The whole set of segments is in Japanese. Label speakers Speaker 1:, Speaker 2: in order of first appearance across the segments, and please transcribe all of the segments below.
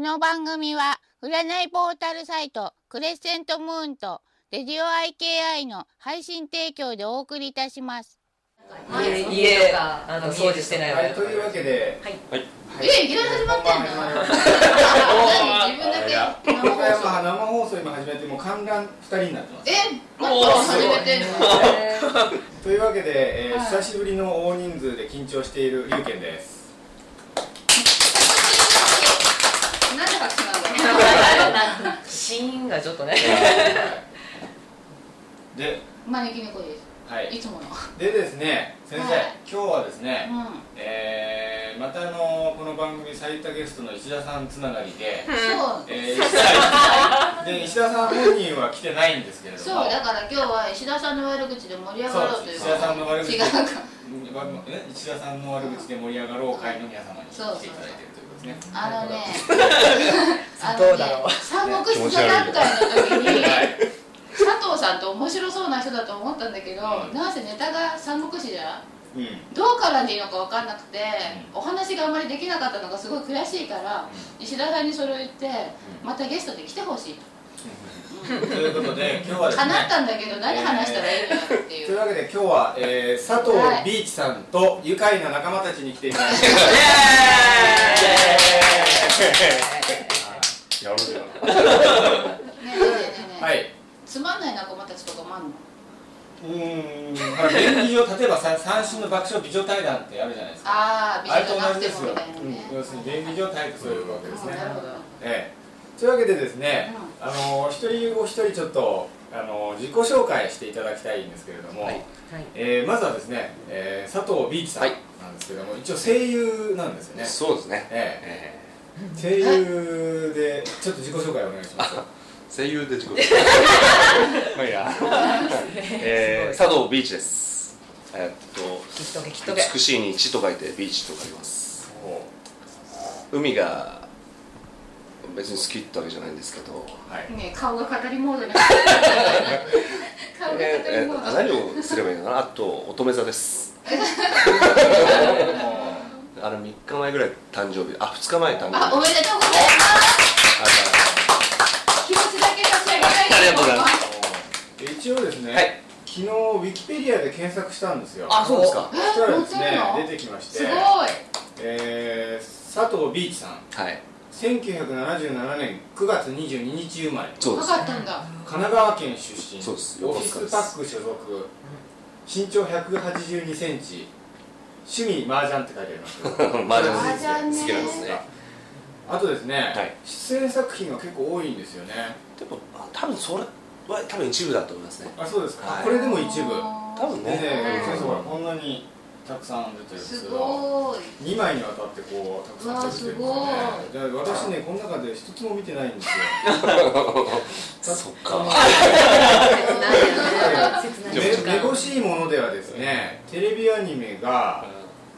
Speaker 1: の番組は、占いポータルサイト、クレッセントムーンと、レディオ IKI の配信提供でお送りいたします。
Speaker 2: 家
Speaker 3: はい
Speaker 2: 家あの掃除してないわ
Speaker 4: はい、というわけで、
Speaker 3: えいきなり始まってんの何自分だけ
Speaker 4: 今回はまあ生放送今始めて、もう観覧2人になってます。
Speaker 3: えマット始めてんの
Speaker 4: というわけで、えー
Speaker 3: はい
Speaker 4: 久しぶりの大人数で緊張している龍賢です。
Speaker 3: なんで拍手なん だ
Speaker 2: シーンがちょっとね
Speaker 4: はいで、
Speaker 3: 招き猫です
Speaker 4: はいい、
Speaker 3: つもの
Speaker 4: でですね、先生、
Speaker 3: はい
Speaker 4: 今日はですね、
Speaker 3: うん
Speaker 4: えーまたあのこの番組最多ゲストの石田さんつながりで、
Speaker 3: そう
Speaker 4: えー石田 さんで石田さん本人は来てないんですけれども、
Speaker 3: そうだから今日は石田さんの悪口で盛り上がろうという
Speaker 4: そう石田さんの悪口
Speaker 3: 違うか
Speaker 4: え石田さんの悪口で盛り上がろう会の皆様に来ていただいているということですね。
Speaker 3: あ のねあ
Speaker 2: どうだろう
Speaker 3: 三国志座談会の時に佐藤さんと面白そうな人だと思ったんだけど、
Speaker 4: うん
Speaker 3: なんせネタが三国志じゃん
Speaker 4: うん、
Speaker 3: どう絡んでいいのか分かんなくて、お話があんまりできなかったのがすごい悔しいから、石田さんにそれを言って、またゲストで来てほしいと、
Speaker 4: ということで今日はです
Speaker 3: 叶
Speaker 4: ね。
Speaker 3: ったんだけど何話したらいいのかってい、
Speaker 4: といううわけで今日は、えー佐藤
Speaker 3: はい
Speaker 4: ビーチさんと愉快な仲間たちに来ていただいて、
Speaker 5: やろうよ。
Speaker 3: ねえねえねえねえ、
Speaker 4: はい。
Speaker 3: つまんない仲間たちとかもあんの
Speaker 4: うーん。演技上例えばさ三種の爆笑美女対談ってあるじゃないですか。
Speaker 3: ああ美
Speaker 4: あれ
Speaker 3: 女
Speaker 4: と
Speaker 3: じゃ
Speaker 4: 同
Speaker 3: なく
Speaker 4: じ
Speaker 3: て
Speaker 4: で
Speaker 3: も
Speaker 4: すよう
Speaker 3: みたいな。ね
Speaker 4: ん要するに演技上対とそういうわけですね
Speaker 3: あ。なるほど
Speaker 4: ええ。というわけでですね、あのー一人お一人ちょっとあのー自己紹介していただきたいんですけれども、
Speaker 2: はい
Speaker 4: えーまずはですね、えー佐藤ビーチさん
Speaker 5: はい
Speaker 4: なんですけども、一応声優なんですよね。
Speaker 5: そうですね。
Speaker 4: え
Speaker 5: え
Speaker 4: え、声優でちょっと自己紹介お願いします。
Speaker 5: ー声優で自己 紹介。まあいいや。えー、
Speaker 2: すごい
Speaker 5: 佐藤ビーチです。えー
Speaker 2: きっとけきっと
Speaker 5: っと
Speaker 2: け
Speaker 5: 美しいに血と書いてビーチと書きます。
Speaker 4: お
Speaker 5: 海が別に好きってわけじゃないんですけど。
Speaker 4: はい。
Speaker 3: ねえ顔が語りモードに顔が
Speaker 5: え
Speaker 3: 語り
Speaker 5: ー
Speaker 3: モード
Speaker 5: えー何をすればいいのかな。あと乙女座です。あの3日前ぐらい誕生日。あ2日前誕生日。
Speaker 3: あおめでとうございます気持ちだけ差し上げたい
Speaker 5: ありがとうございます
Speaker 4: で一応ですね、
Speaker 5: はい
Speaker 4: 昨日ウィキペディアで検索したんですよ。
Speaker 2: あ
Speaker 5: そうですか
Speaker 3: え。
Speaker 4: そしたらですね
Speaker 3: 載ってるの
Speaker 4: 出てきまして、
Speaker 3: すごい
Speaker 4: えー佐藤ビーチさん、
Speaker 5: はい。
Speaker 4: 1977年9月22日生まれ、
Speaker 5: そうです。
Speaker 3: 若かったんだ
Speaker 4: 神奈川県出身、
Speaker 5: そうです
Speaker 4: オフィスパック所属、身長182センチ、趣味麻雀って書いてありますけど。
Speaker 5: マジ
Speaker 3: 麻雀ね
Speaker 5: 好きなんですね。
Speaker 4: あとですね、
Speaker 5: はい
Speaker 4: 出演作品が結構多いんですよね。
Speaker 5: でもあ多分それは多分一部だと思いますね。
Speaker 4: あ、そうですか。
Speaker 5: はい
Speaker 4: これでも一部。
Speaker 5: 多分
Speaker 4: ね
Speaker 5: ね。
Speaker 4: え、
Speaker 5: うん
Speaker 4: 先生ほらこんなにたくさん出てるんですすよ
Speaker 3: ごい
Speaker 4: 2枚にわたってこうたくさん出てるんですよね
Speaker 3: わあ
Speaker 4: で私ねこの中で一つも見てないんですよ
Speaker 5: そっか。
Speaker 4: めめぼしいものではですねテレビアニメが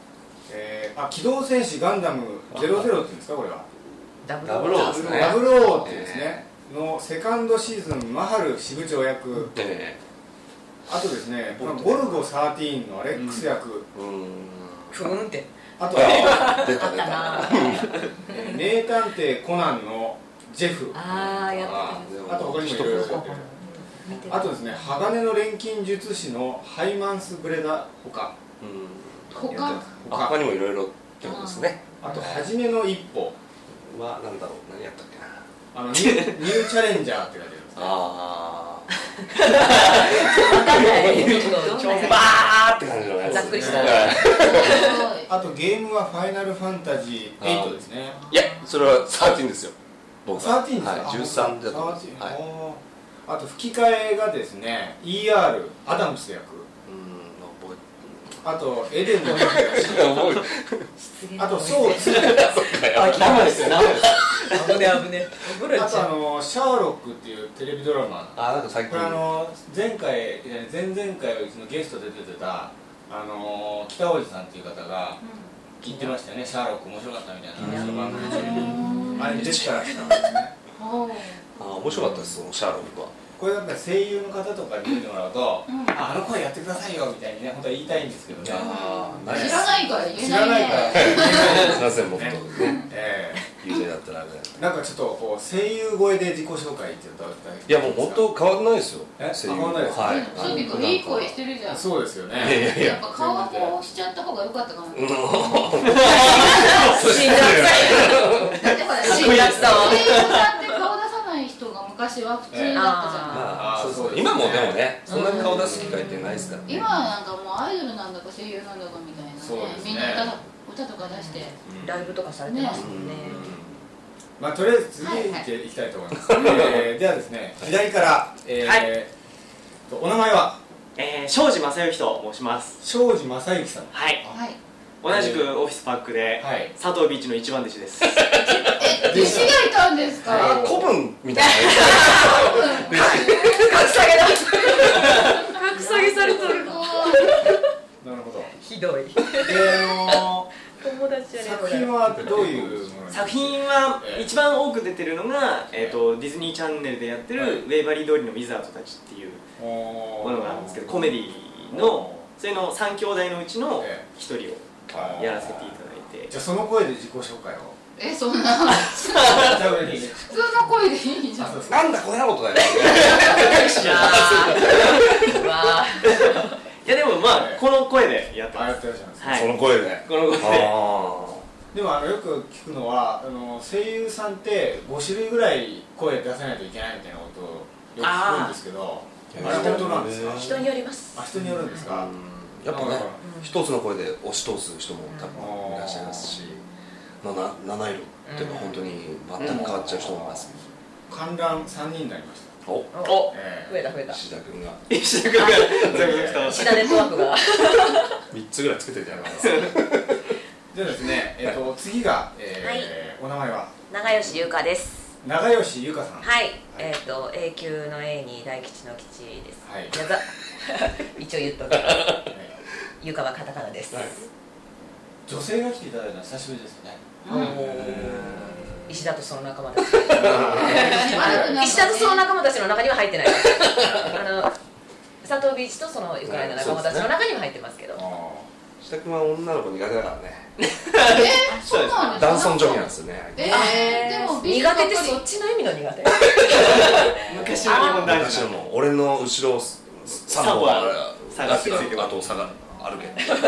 Speaker 4: 「えーあ機動戦士ガンダム00」っていうんですかこれは
Speaker 2: ダブ
Speaker 5: ダブルオーですね。
Speaker 4: 00っていうんですねのセカンドシーズンマハル支部長役
Speaker 5: え
Speaker 4: あとですねこのゴルゴ13のアレックス役
Speaker 5: えうーん。
Speaker 2: ふーんって
Speaker 4: あとは
Speaker 5: あ出た出た。
Speaker 4: 「名探偵コナン」のジェフ
Speaker 6: ああや
Speaker 4: あ
Speaker 6: ってる
Speaker 4: あと他にもいろいろやってる
Speaker 6: 見てる
Speaker 4: あとですね鋼の錬金術師のハイマンス・ブレダほか
Speaker 5: うん。
Speaker 3: 他
Speaker 5: あ他にもいろいろってことですね。
Speaker 4: あと「はじめの一歩
Speaker 5: はなんだろう何やったっけな。」
Speaker 4: あのニューニューチャレンジャーって書いてあるんです
Speaker 5: ああ。
Speaker 2: 挑戦
Speaker 5: バーって感じのやつ。
Speaker 2: ざっくりした
Speaker 5: はい
Speaker 3: す
Speaker 4: あとゲームは「ファイナルファンタジー8」ですね
Speaker 5: いやそれはサーティンですよ。僕は。
Speaker 4: 13ですか、
Speaker 5: はい。十三だと思います。
Speaker 4: 13
Speaker 5: はい。
Speaker 4: あと吹き替えがですね ER アダムス役
Speaker 5: うーん覚
Speaker 4: あとエデンの
Speaker 5: え てない。覚えてない
Speaker 4: あとそう
Speaker 2: あ生ですよ生危ね危ねブル
Speaker 4: あ
Speaker 2: ち
Speaker 4: と
Speaker 2: ゃ
Speaker 4: あ
Speaker 2: ん
Speaker 4: の「シャーロック」っていうテレビドラマ
Speaker 5: あなんか最
Speaker 4: こ
Speaker 5: 近
Speaker 4: れあの前回いや前々回うちのゲストで出てたあの北王子さんっていう方が言ってましたよね、シャーロック面白かったみたいな話の番組中あれ出てから来たんですね
Speaker 5: あ面白かったですそのシャーロックは。
Speaker 4: これやっぱり声優の方とかに見てもらうと、ああの声やってくださいよみたいにね本当は言いたいんですけどね
Speaker 5: ああ
Speaker 3: 知らないから言え
Speaker 4: 知
Speaker 3: な
Speaker 4: ら
Speaker 3: い
Speaker 4: ないから
Speaker 3: ね
Speaker 4: 言えないです
Speaker 5: すいません僕とね
Speaker 4: ええ
Speaker 5: 友人だっやったらあれだよ
Speaker 4: なんかちょっとこう声優声で自己紹介って言ったら大
Speaker 5: いや
Speaker 4: 変
Speaker 5: もう本当変わんないですよ
Speaker 4: え
Speaker 5: 声優
Speaker 4: 変わんないですか
Speaker 5: はい
Speaker 3: そういうのいい声してるじゃん
Speaker 4: そうですよね
Speaker 5: いやいやい
Speaker 3: や
Speaker 5: や
Speaker 3: っぱ顔はこうしちゃった方が良かったかなだって
Speaker 6: 死んじゃ死んじゃっ
Speaker 3: ほら
Speaker 6: たわ
Speaker 3: 声優さんって顔出さない人が昔は普通だったじゃん
Speaker 5: まあ
Speaker 4: あー
Speaker 5: そう
Speaker 4: そう
Speaker 5: そう
Speaker 4: ですね
Speaker 5: 今もでもねそんなに顔出す機会ってないですからね
Speaker 3: 今はなんかもうアイドルなんだか声優なんだかみたいなね
Speaker 4: そうですね
Speaker 3: みんな歌歌とか出し
Speaker 4: う
Speaker 3: て
Speaker 4: ん
Speaker 6: ライブとかされてますもんね
Speaker 4: まあとりあえず次に行っていきたいと思います、えーではですね左から、えー
Speaker 7: はい
Speaker 4: とお名前は
Speaker 7: えー、庄司正幸と申します
Speaker 4: 庄司正幸さん
Speaker 7: はい
Speaker 3: はい
Speaker 7: 同じくオフィスパックで、
Speaker 4: はい
Speaker 7: 佐藤ビーチの一番弟子です
Speaker 3: え弟子がいたんですか
Speaker 5: あ
Speaker 3: は
Speaker 5: ー古文みたいな
Speaker 6: 格下げだ格下げされとる
Speaker 4: なるほど
Speaker 6: ひどい
Speaker 4: であの
Speaker 6: 友 達
Speaker 4: ー
Speaker 6: やね
Speaker 4: 作品はどういうものに
Speaker 7: 作品は
Speaker 4: えー
Speaker 7: 一番多く出てるのが、えー、とディズニーチャンネルでやってる、
Speaker 4: はい
Speaker 7: ウェイバリー通りのウィザードたちっていうものがあるんですけどコメディのそれの3兄弟のうちの
Speaker 4: え
Speaker 7: 一人をやらせていただいて
Speaker 4: じゃあその声で自己紹介を
Speaker 3: えそんな
Speaker 4: じゃあ上に
Speaker 3: 普通の声でいいじゃん
Speaker 4: あそうそう
Speaker 5: なんだこんなことだよ
Speaker 6: いやーうわ
Speaker 7: いやでもまあ
Speaker 4: えー
Speaker 7: この声でやって
Speaker 4: あ
Speaker 7: ま
Speaker 4: やっ
Speaker 7: す
Speaker 4: てらっしゃるんですね
Speaker 7: はい
Speaker 5: その声で
Speaker 7: この声 で
Speaker 5: あ
Speaker 4: でもあのよく聞くのはあの声優さんって5種類ぐらい声出さないといけないみたいなことをよく聞くんですけどあれ本当なんですか
Speaker 6: ー人によります
Speaker 4: あ人によるんです
Speaker 5: あ
Speaker 4: か、
Speaker 5: やっぱ
Speaker 4: な
Speaker 5: ね
Speaker 4: るほど
Speaker 5: 一つの声で押し通す人も多分いらっしゃいますしなな七色っていうのは本当に全く変わっちゃう人もいます
Speaker 4: 観覧3人になりました、
Speaker 5: お
Speaker 7: お
Speaker 4: え
Speaker 6: 増えた増えた
Speaker 5: 石田君が
Speaker 7: 石田君が続々と
Speaker 6: 石田ネットワークが
Speaker 5: 三つぐらい作ってたよな
Speaker 4: えでですね、えっと次が、えーお名前は
Speaker 6: 長吉優香です
Speaker 4: 長吉優香さんい、
Speaker 6: はいえっ、と永久の A に大吉の吉です
Speaker 4: はい
Speaker 6: やば 一応言っとく
Speaker 4: え
Speaker 6: 優香はカタカナです、
Speaker 5: はい
Speaker 4: ー女性が来ていただいたのは久しぶりですね
Speaker 6: 石田とその仲間 たち
Speaker 3: 悪くなんかね
Speaker 6: 石田とその仲間たちの中には入 ってないあの佐藤ビーチとそのウクライナの仲間たちの中には入ってますけど、
Speaker 4: あ
Speaker 5: 石田君は女の子苦手だからね
Speaker 3: えそうなんですか
Speaker 5: 男尊女卑なんですよね
Speaker 3: えー、でも美
Speaker 6: 苦手って
Speaker 3: そ
Speaker 6: そ
Speaker 3: っ
Speaker 6: っちの意味の 苦手
Speaker 7: 昔の日本男
Speaker 5: 私
Speaker 7: 子
Speaker 5: は
Speaker 7: の
Speaker 5: もう俺の後ろ3
Speaker 7: 三
Speaker 5: 本
Speaker 7: 本
Speaker 5: あ
Speaker 7: あ
Speaker 5: る
Speaker 7: る
Speaker 5: 下
Speaker 7: 下
Speaker 5: が
Speaker 7: が
Speaker 5: っ
Speaker 7: ってて
Speaker 5: る
Speaker 7: る
Speaker 5: あと下が歩け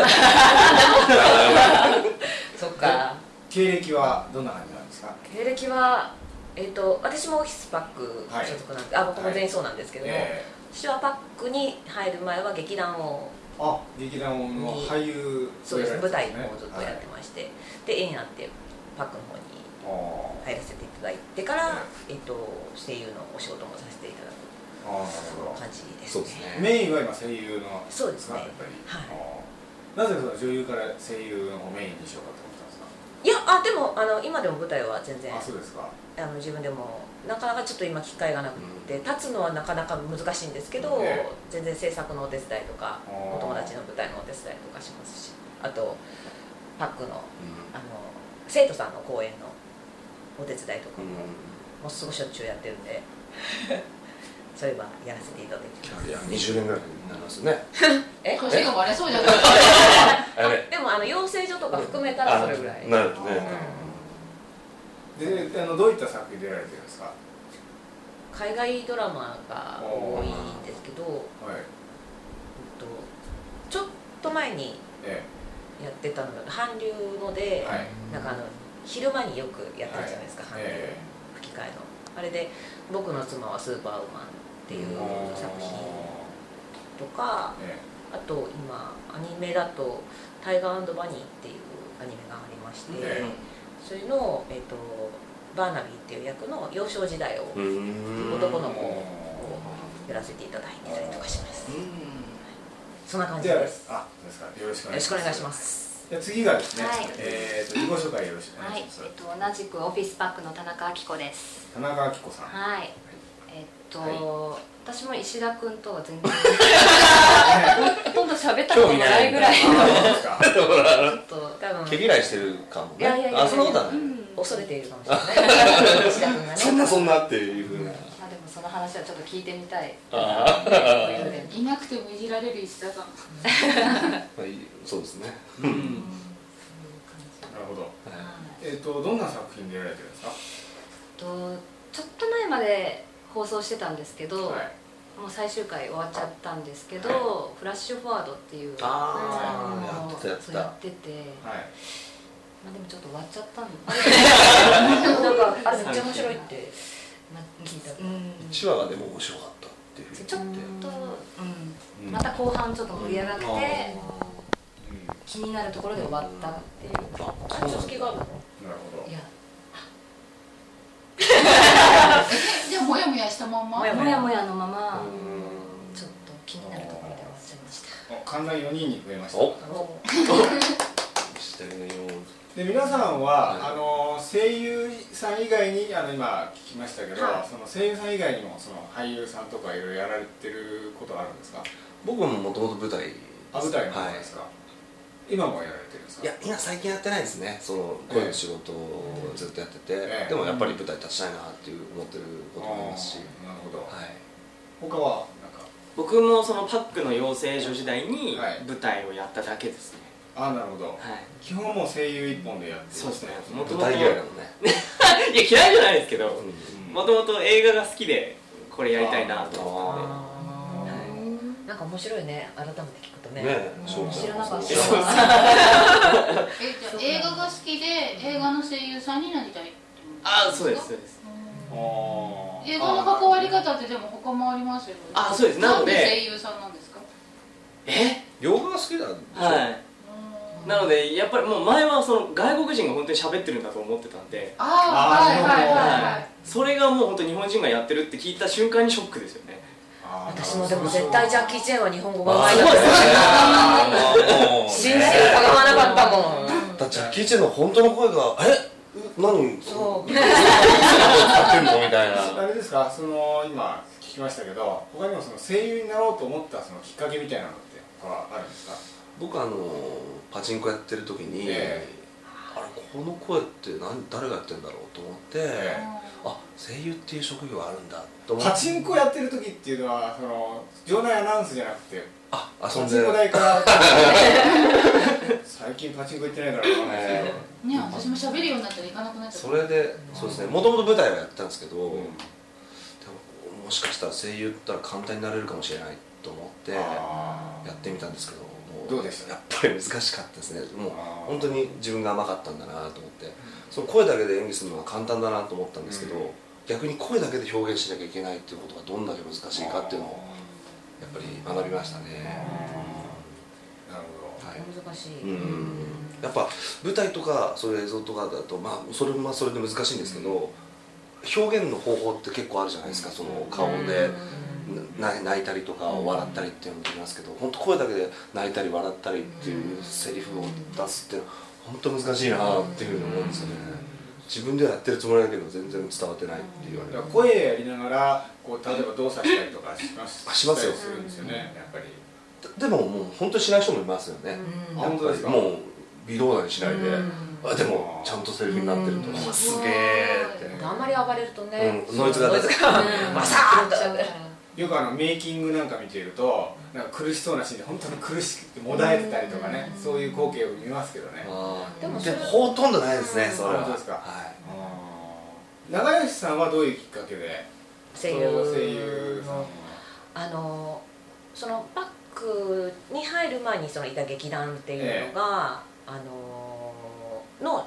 Speaker 6: そっか
Speaker 4: 経歴はどんな感じなんですか
Speaker 6: 経歴はえっ、と私もオフィスパック所属なんで、あ僕も全員そうなんですけども、
Speaker 4: え
Speaker 6: 私はパックに入る前は劇団を
Speaker 4: ー、あ劇団の俳優
Speaker 6: そうです
Speaker 4: を
Speaker 6: 舞
Speaker 4: やら
Speaker 6: 台
Speaker 4: れてたん
Speaker 6: の方をずっとやって
Speaker 4: ね
Speaker 6: まして、で縁あってパックの方に
Speaker 4: はい
Speaker 6: 入らせていただいてから、えっと声優のお仕事もさせていただく
Speaker 4: あーあーなるほ
Speaker 6: 感じです
Speaker 5: そう
Speaker 6: ね
Speaker 5: です
Speaker 4: ど
Speaker 5: ね
Speaker 4: メインは今声優の
Speaker 6: そうですね
Speaker 4: やっぱり、
Speaker 6: はい
Speaker 4: あーなぜその女優から声優の方をメインにしようかと思ったんですか
Speaker 6: いやあでもあの今でも舞台は全然
Speaker 4: あそうですか
Speaker 6: あの自分でもなかなかちょっと今機会がなくて、立つのはなかなか難しいんですけど、
Speaker 4: ね
Speaker 6: 全然制作のお手伝いとか
Speaker 4: あー
Speaker 6: お友達の舞台のお手伝いとかしますしあとパックのあの生徒さんの公演のお手伝いとか
Speaker 5: う
Speaker 6: も、
Speaker 5: ん
Speaker 6: もうすぐしょっちゅうやってるんで そういえばやらせていただいて
Speaker 5: キ
Speaker 6: ま
Speaker 5: ャ
Speaker 6: す
Speaker 5: リア20年ぐらいになりますよね
Speaker 6: え
Speaker 3: ち年がバレそうじゃないですか
Speaker 5: やべ
Speaker 6: でもあの養成所とか含めたらそれぐらい、
Speaker 5: なるほど
Speaker 6: うん
Speaker 5: ね
Speaker 4: であのどういった作品出られてるんですか、は
Speaker 6: 海外ドラマが多いんですけど、えっ
Speaker 4: い
Speaker 6: とちょっと前に
Speaker 4: え
Speaker 6: やってたのが韓流ので、
Speaker 4: えはい
Speaker 6: なんかあの昼間によくやってるじゃないですか、韓流
Speaker 4: え
Speaker 6: 吹き替えのあれで「僕の妻はスーパーウーマン」っていう
Speaker 4: え
Speaker 6: 作品とか
Speaker 4: え
Speaker 6: あと今アニメだと「タイガーバニー」っていうアニメがありまして、
Speaker 4: え
Speaker 6: それの、えっとバーナビーっていう役の幼少時代を
Speaker 5: うーん
Speaker 6: 男
Speaker 4: え
Speaker 6: の子をやらせていただいてたりとかしますそんな感じですよ
Speaker 4: あそうですかよろしくお願
Speaker 6: ろ
Speaker 4: い
Speaker 6: し
Speaker 4: し
Speaker 6: くお
Speaker 4: ます
Speaker 6: 願いします
Speaker 4: じゃあ次がですね、
Speaker 8: はい
Speaker 4: えーと自己紹介よろしくお
Speaker 8: は
Speaker 4: 願い
Speaker 8: い
Speaker 4: します、
Speaker 8: えっと、同じくオフィスパックの田中明子です。
Speaker 4: 田中明子さん、
Speaker 8: はい。えっと、私も石田君とは全然ほとんど喋ったことないぐらいの
Speaker 4: あそうですか
Speaker 8: ちょっと
Speaker 6: 多
Speaker 5: 毛
Speaker 6: 分
Speaker 5: 嫌いしてるかも
Speaker 8: い
Speaker 5: ね
Speaker 8: やいやいや
Speaker 5: あそんなことは
Speaker 8: う
Speaker 5: ない
Speaker 8: んま
Speaker 6: 恐れているかもしれない石田君がね
Speaker 5: そんなそんなっていうふうな
Speaker 8: あでもその話はちょっと聞いてみたい。
Speaker 5: あー
Speaker 3: いなくてもいじられる石田さん
Speaker 5: まあいいそうですね
Speaker 7: うん
Speaker 4: なるほど
Speaker 8: はい
Speaker 4: えっとどんな作品でやられてるんですか
Speaker 8: とちょっと前まで放送してたんですけど、
Speaker 4: はい
Speaker 8: もう最終回終わっちゃったんですけど、フラッシュフォワードっていう
Speaker 5: あー
Speaker 8: のを
Speaker 5: やってたやってた
Speaker 8: やってて、
Speaker 4: はい
Speaker 8: まあでもちょっと終わっちゃったの。なんか
Speaker 6: あれめっちゃ面白いって
Speaker 8: ま
Speaker 6: 聞いた
Speaker 8: うん
Speaker 5: 1話がでも面白かったっていうふうに
Speaker 8: ちょっ
Speaker 5: 言って
Speaker 8: と、
Speaker 5: う
Speaker 8: うんん、また後半ちょっと盛り上がって、
Speaker 5: あ
Speaker 8: 気になるところで終わったっていう、
Speaker 5: ーあ
Speaker 6: あ続きがあるの
Speaker 4: なるほど
Speaker 8: いや
Speaker 3: じゃあもやもやしたまんま
Speaker 6: もや
Speaker 8: もやもやのまま
Speaker 5: うん
Speaker 8: ちょっと気になるところで終わっちゃいました
Speaker 4: お観覧4人に増えました
Speaker 5: お
Speaker 6: お
Speaker 5: 下着のよう
Speaker 4: で皆さんは、
Speaker 5: はい
Speaker 4: あの声優さん以外にあの今聞きましたけど、
Speaker 6: は
Speaker 4: その声優さん以外にもその俳優さんとかいろいろやられてることあるんですか
Speaker 5: 僕ももともと舞台
Speaker 4: あ舞台の方
Speaker 5: はい
Speaker 4: ですか、今もやられてるんですか
Speaker 5: いや今最近やってないですねその声の仕事をずっとやってて、
Speaker 4: ええ
Speaker 5: でもやっぱり舞台立ちたいなっていう思ってるこ
Speaker 4: あ
Speaker 5: ともありますし、
Speaker 4: ーなるほど、
Speaker 5: はい
Speaker 4: 他はなんか
Speaker 7: 僕もそのパックの養成所時代に
Speaker 4: はい
Speaker 7: 舞台をやっただけですね
Speaker 4: あーなるほど
Speaker 7: はい
Speaker 4: 基本もう声優一本でやってる
Speaker 7: そうですねもと
Speaker 5: 舞
Speaker 7: もと
Speaker 5: 台
Speaker 7: い
Speaker 5: 嫌いだもんね、
Speaker 7: や 嫌いじゃないですけど
Speaker 4: うん
Speaker 7: もともと映画が好きでこれやりたいなと思っ
Speaker 6: あーなんか面白いね改めて聞くとね
Speaker 5: ねえ翔
Speaker 8: 知らなかった
Speaker 5: ちゃんもそう
Speaker 3: えじゃあ映画が好きで映画の声優さんになりたいって思った
Speaker 7: ああそうですそうです
Speaker 4: あー
Speaker 3: 映画の関わり方ってでも他もありますよね
Speaker 7: あそうですなので
Speaker 3: なんで声優さんなんですか
Speaker 7: え
Speaker 5: 洋画が好きなんでしょ、
Speaker 7: はいなのでやっぱりもう前はその外国人が本当に喋ってるんだと思ってたんで
Speaker 3: あー
Speaker 4: あー
Speaker 3: はい
Speaker 4: な
Speaker 3: はい
Speaker 4: るほど
Speaker 3: はいはい
Speaker 7: それがもう本当に日本人がやってるって聞いた瞬間にショックですよね
Speaker 4: あー
Speaker 6: 私もでも絶対ジャッキー・チェーンは日本語が上手いな
Speaker 7: あそうですね
Speaker 5: あーもうね
Speaker 6: 信じてかがわなかったもん
Speaker 5: だってジャッキー・チェンの本当の声が「え何
Speaker 6: そう
Speaker 5: 何使ってんの?」みたいな
Speaker 4: あれですかその今聞きましたけど他にもその声優になろうと思ったそのきっかけみたいなのって他はあるんですか
Speaker 5: 僕あのパチンコやってる時に、
Speaker 4: え
Speaker 5: あれこの声って何誰がやってんだろうと思って、
Speaker 4: え
Speaker 5: あ声優っていう職業あるんだと思って
Speaker 4: パチンコやってる時っていうのはその場内アナウンスじゃなくて
Speaker 5: あ
Speaker 4: パチ
Speaker 5: 遊ん
Speaker 4: ン
Speaker 5: で
Speaker 4: コ台から 最近パチンコ行ってないからわかんないですけど、
Speaker 3: ね私も喋るようになったら行かなくなっちゃった
Speaker 5: それでそうですねもともと舞台はやってたんですけど、
Speaker 4: うん
Speaker 5: でももしかしたら声優だったら簡単になれるかもしれないと思ってや
Speaker 4: あ
Speaker 5: ってみたんですけども
Speaker 4: どうでした
Speaker 5: やっぱり難しかったですねもう
Speaker 4: あー
Speaker 5: 本当に自分が甘かったんだなと思ってその声だけで演技するのは簡単だなと思ったんですけど、
Speaker 4: うん
Speaker 5: 逆に声だけで表現しなきゃいけないっていうことがどんだけ難しいかっていうのをやっぱり学びました
Speaker 4: あ
Speaker 5: ね、
Speaker 4: ーなるほど
Speaker 5: はい
Speaker 6: 難しい
Speaker 5: うんやっぱ舞台とかそういう映像とかだとまあそれもそれで難しいんですけど、表現の方法って結構あるじゃないですかその顔でな泣いたりとか笑ったりっていうのもありますけど本当声だけで泣いたり笑ったりっていうセリフを出すっていうのは本当難しいなっていうふうに思うんですよね自分ではやってるつもりだけど全然伝わってないって言われ
Speaker 4: だ
Speaker 5: る
Speaker 4: から声やりながらこう例えば動作したりとかします
Speaker 5: あしますよ
Speaker 4: したりするんですよねやっぱり
Speaker 5: でももう本当にしない人もいますよね、
Speaker 4: あ
Speaker 5: やっぱり
Speaker 4: 本当ですか
Speaker 5: もう微動だにしないで、あでもちゃんとセリフになってると思うすげえ
Speaker 4: うん
Speaker 6: あんまり暴れるとね、
Speaker 5: うんノイズが出て
Speaker 6: ノイズがバサーッと
Speaker 4: よくあのメイキングなんか見ているとなんか苦しそうなシーンで本当に苦しくてもだえてたりとかねそういう光景を見ますけどね
Speaker 6: で
Speaker 5: でも
Speaker 6: もそれ
Speaker 5: ほとんどないですねそれは
Speaker 4: 本当ですか
Speaker 5: はい
Speaker 4: 長吉さんはどういうきっかけで
Speaker 6: 声
Speaker 4: 声
Speaker 6: 優
Speaker 4: 優さんを
Speaker 6: あのそのバックに入る前にそのいた劇団っていうのが、あのの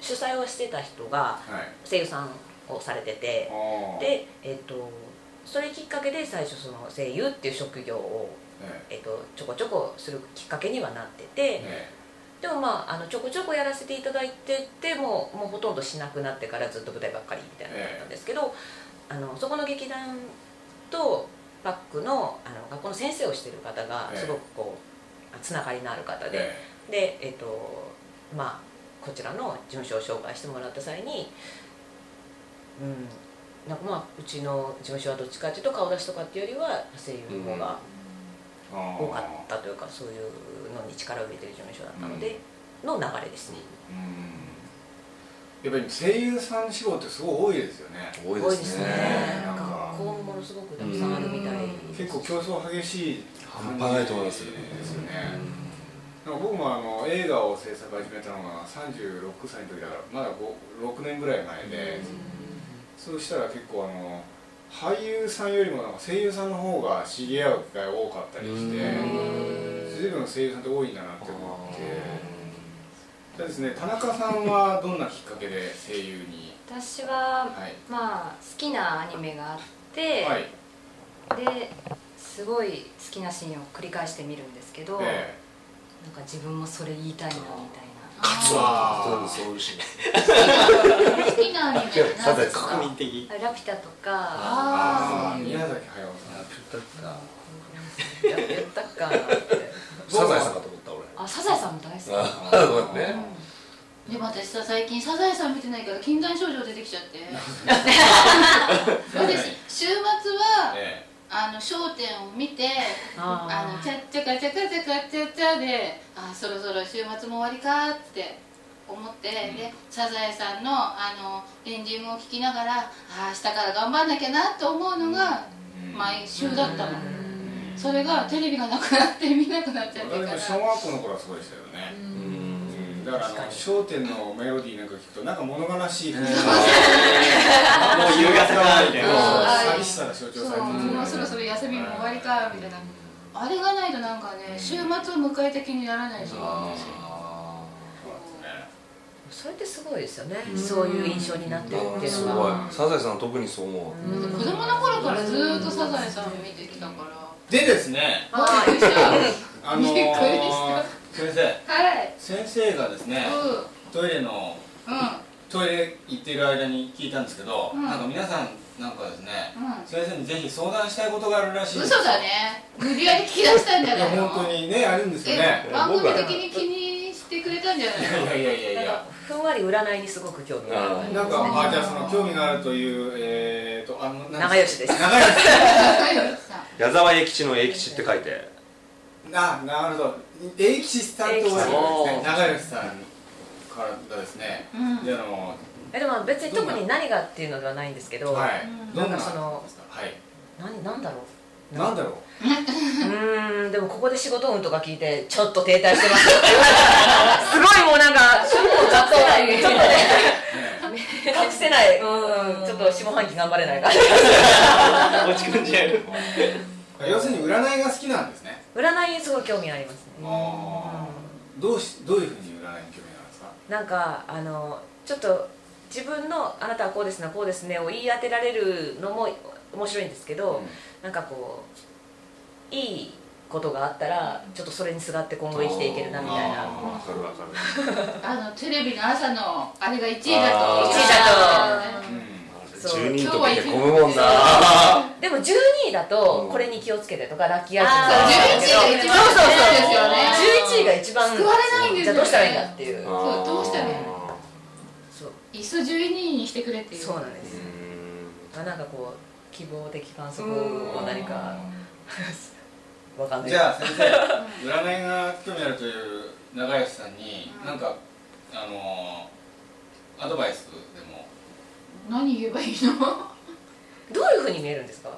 Speaker 6: 主催をしてた人が
Speaker 4: はい
Speaker 6: 声優さんをされてて
Speaker 4: あー
Speaker 6: でえっ、とそれきっかけで最初その声優っていう職業を、
Speaker 4: え
Speaker 6: えっとちょこちょこするきっかけにはなってて、
Speaker 4: え
Speaker 6: でもまああのちょこちょこやらせていただいててもうもうほとんどしなくなってからずっと舞台ばっかりみたいなのだったんですけど、あのそこの劇団とバックのあの学校の先生をしてる方が
Speaker 4: ええ
Speaker 6: すごくこう、つながりのある方で、
Speaker 4: え
Speaker 6: でえっ、とまあこちらの事務所を紹介してもらった際にうんなんかまあうちの事務所はどっちかっていうと顔出しとかっていうよりは声優の方が
Speaker 4: えあー
Speaker 6: 多かったというか、そういうのに力を入れてる事務所だったので、の流れですね。
Speaker 4: うんやっぱり声優さんの仕事ってすごい多いですよね
Speaker 5: 多い
Speaker 6: 多い
Speaker 5: で
Speaker 6: ですす
Speaker 5: ね
Speaker 6: ね
Speaker 4: なんか
Speaker 6: 学校もものすごくたくさんあるみたい
Speaker 5: うん
Speaker 4: 結構競争激しい
Speaker 5: 半
Speaker 4: 感じ
Speaker 5: 端ないと思います
Speaker 4: ですよね
Speaker 5: うん
Speaker 4: なんか僕もあの映画を制作始めたのが36歳の時だからまだ5 6年ぐらい前で、そうしたら結構あの俳優さんよりもなんか声優さんの方が知り合う機会が多かったりして随分声優さんって多いんだなって思ってそうですね田中さんはどんなきっかけで声優に
Speaker 8: 私は、
Speaker 4: はい
Speaker 8: まあ好きなアニメがあって、
Speaker 4: はい
Speaker 8: ですごい好きなシーンを繰り返して見るんですけど、
Speaker 4: え
Speaker 8: なんか自分もそれ言いたいなみたいな
Speaker 5: カツ
Speaker 4: あー
Speaker 5: オそうそう嬉しい
Speaker 3: 好きなアニメって何です
Speaker 5: サザエ
Speaker 3: か
Speaker 7: 国民的
Speaker 8: あラピュタとか
Speaker 4: あ
Speaker 3: あ
Speaker 4: あ宮崎駿
Speaker 6: やってたかなって
Speaker 5: サザエさんかと思った俺
Speaker 8: あサザエさんも大好き
Speaker 5: あ
Speaker 4: さん
Speaker 5: ーごめんね
Speaker 3: ーでも私さ最近サザエさん見てないから禁断症状出てきちゃって
Speaker 4: はい
Speaker 3: 私週末は
Speaker 4: え
Speaker 3: あの『笑点』を見て
Speaker 6: あー
Speaker 3: あのチャッチャカチャカチャカチャチャであーそろそろ週末も終わりかって思って、でサザエさんのあのエンディングを聞きながらあー明日から頑張んなきゃなと思うのが毎週だったの、それがテレビがなくなって見なくなっちゃ
Speaker 4: え
Speaker 3: って
Speaker 4: 私
Speaker 3: か
Speaker 4: も
Speaker 3: ら
Speaker 4: 小学校の頃はそうでしたよねうんだからあの『笑点』のメロディーなんか聞くとなんか物悲しい感じが
Speaker 7: もう夕方かみたい
Speaker 4: もう
Speaker 7: な
Speaker 3: はい
Speaker 4: 寂しさが象徴
Speaker 3: そう
Speaker 4: されてる
Speaker 3: もうそろそろ休みも終わりかみたいなあれがないとなんかね週末を迎えた気にならないし
Speaker 4: あ
Speaker 6: それってすごいですよねそういう印象になってるっていう
Speaker 5: す
Speaker 6: の
Speaker 5: ごい
Speaker 6: は
Speaker 5: サザエさんは特にそう思う
Speaker 3: 子供の頃からずーっとサザエさんを見てきたから
Speaker 4: ーでですね
Speaker 3: あびっくりした
Speaker 4: あのー
Speaker 3: びっくり
Speaker 4: 先
Speaker 3: した
Speaker 4: 生
Speaker 3: はい
Speaker 4: 先生がですね
Speaker 3: うんうん
Speaker 4: トイレのトイレ行ってる間に聞いたんですけど、
Speaker 3: うん
Speaker 4: なんか皆さんなんかですね、
Speaker 3: うん
Speaker 4: 先生にぜひ相談したいことがあるらしいんですよ
Speaker 3: 嘘だね無理やり聞き出したんじゃ
Speaker 4: い
Speaker 3: な
Speaker 4: や
Speaker 3: いの
Speaker 4: 本当にねあるんですよね
Speaker 3: え番組的に気にしてくれたんじゃ
Speaker 4: い
Speaker 3: ないの
Speaker 4: やいやいやい
Speaker 6: なんか
Speaker 4: や
Speaker 6: ふんわり占いにすごく興味がある
Speaker 4: なんかあじゃあその興味があるというえー、とあのなん
Speaker 6: 長吉です
Speaker 4: 長吉
Speaker 5: 矢沢永吉の永吉って書いて
Speaker 4: あなるほど永吉さんと同じですね長吉さんからですね、
Speaker 3: うん
Speaker 4: であの
Speaker 6: えでも別に特に何がっていうのではないんですけど、
Speaker 4: はい、
Speaker 3: うん
Speaker 4: ど
Speaker 6: な
Speaker 4: んなん
Speaker 6: かその
Speaker 4: はい
Speaker 6: 何なんだろう
Speaker 4: なんだろう
Speaker 6: うーんでもここで仕事運とか聞いてちょっと停滞してます すごいもうなんかちょっとちょっとね隠せない、うん、ちょっと下半期頑張れないから
Speaker 7: 落ち込んじゃう
Speaker 4: 要するに占いが好きなんですね
Speaker 6: 占いにすごい興味ありますね
Speaker 4: あーどうしどういうふうに占いに興味があるんですか
Speaker 6: なんかあのちょっと自分の「あなたはこうですねこうですね」を言い当てられるのも面白いんですけど、なんかこういいことがあったらちょっとそれにすがって今後生きていけるなみたいな
Speaker 4: あーわかるわかる、
Speaker 3: あのテレビの朝のあれが1位だ
Speaker 5: あ
Speaker 6: 1位だ
Speaker 5: ー
Speaker 3: と
Speaker 6: と
Speaker 4: うん
Speaker 6: そう
Speaker 5: 12人とかで混むもんな
Speaker 6: でも12位だとこれに気をつけてとかラッキーアイテム
Speaker 3: そう11位が一
Speaker 6: そ
Speaker 3: 番
Speaker 6: うそうそう
Speaker 3: ですよね
Speaker 6: 11位が一番
Speaker 3: 救われないんです
Speaker 6: じゃ
Speaker 3: よね
Speaker 6: あどうしたらいいんだっていう
Speaker 3: そうどうしたらいいの
Speaker 6: そう
Speaker 3: いっそ12人にしてくれっていう
Speaker 6: そうなんです、まあ、なんかこう希望的観測を何か わかんない
Speaker 4: じゃあ先生占いが興味あるという長安さんに何かあのーアドバイスでも
Speaker 3: 何言えばいいの
Speaker 6: どういうふうに見えるんですか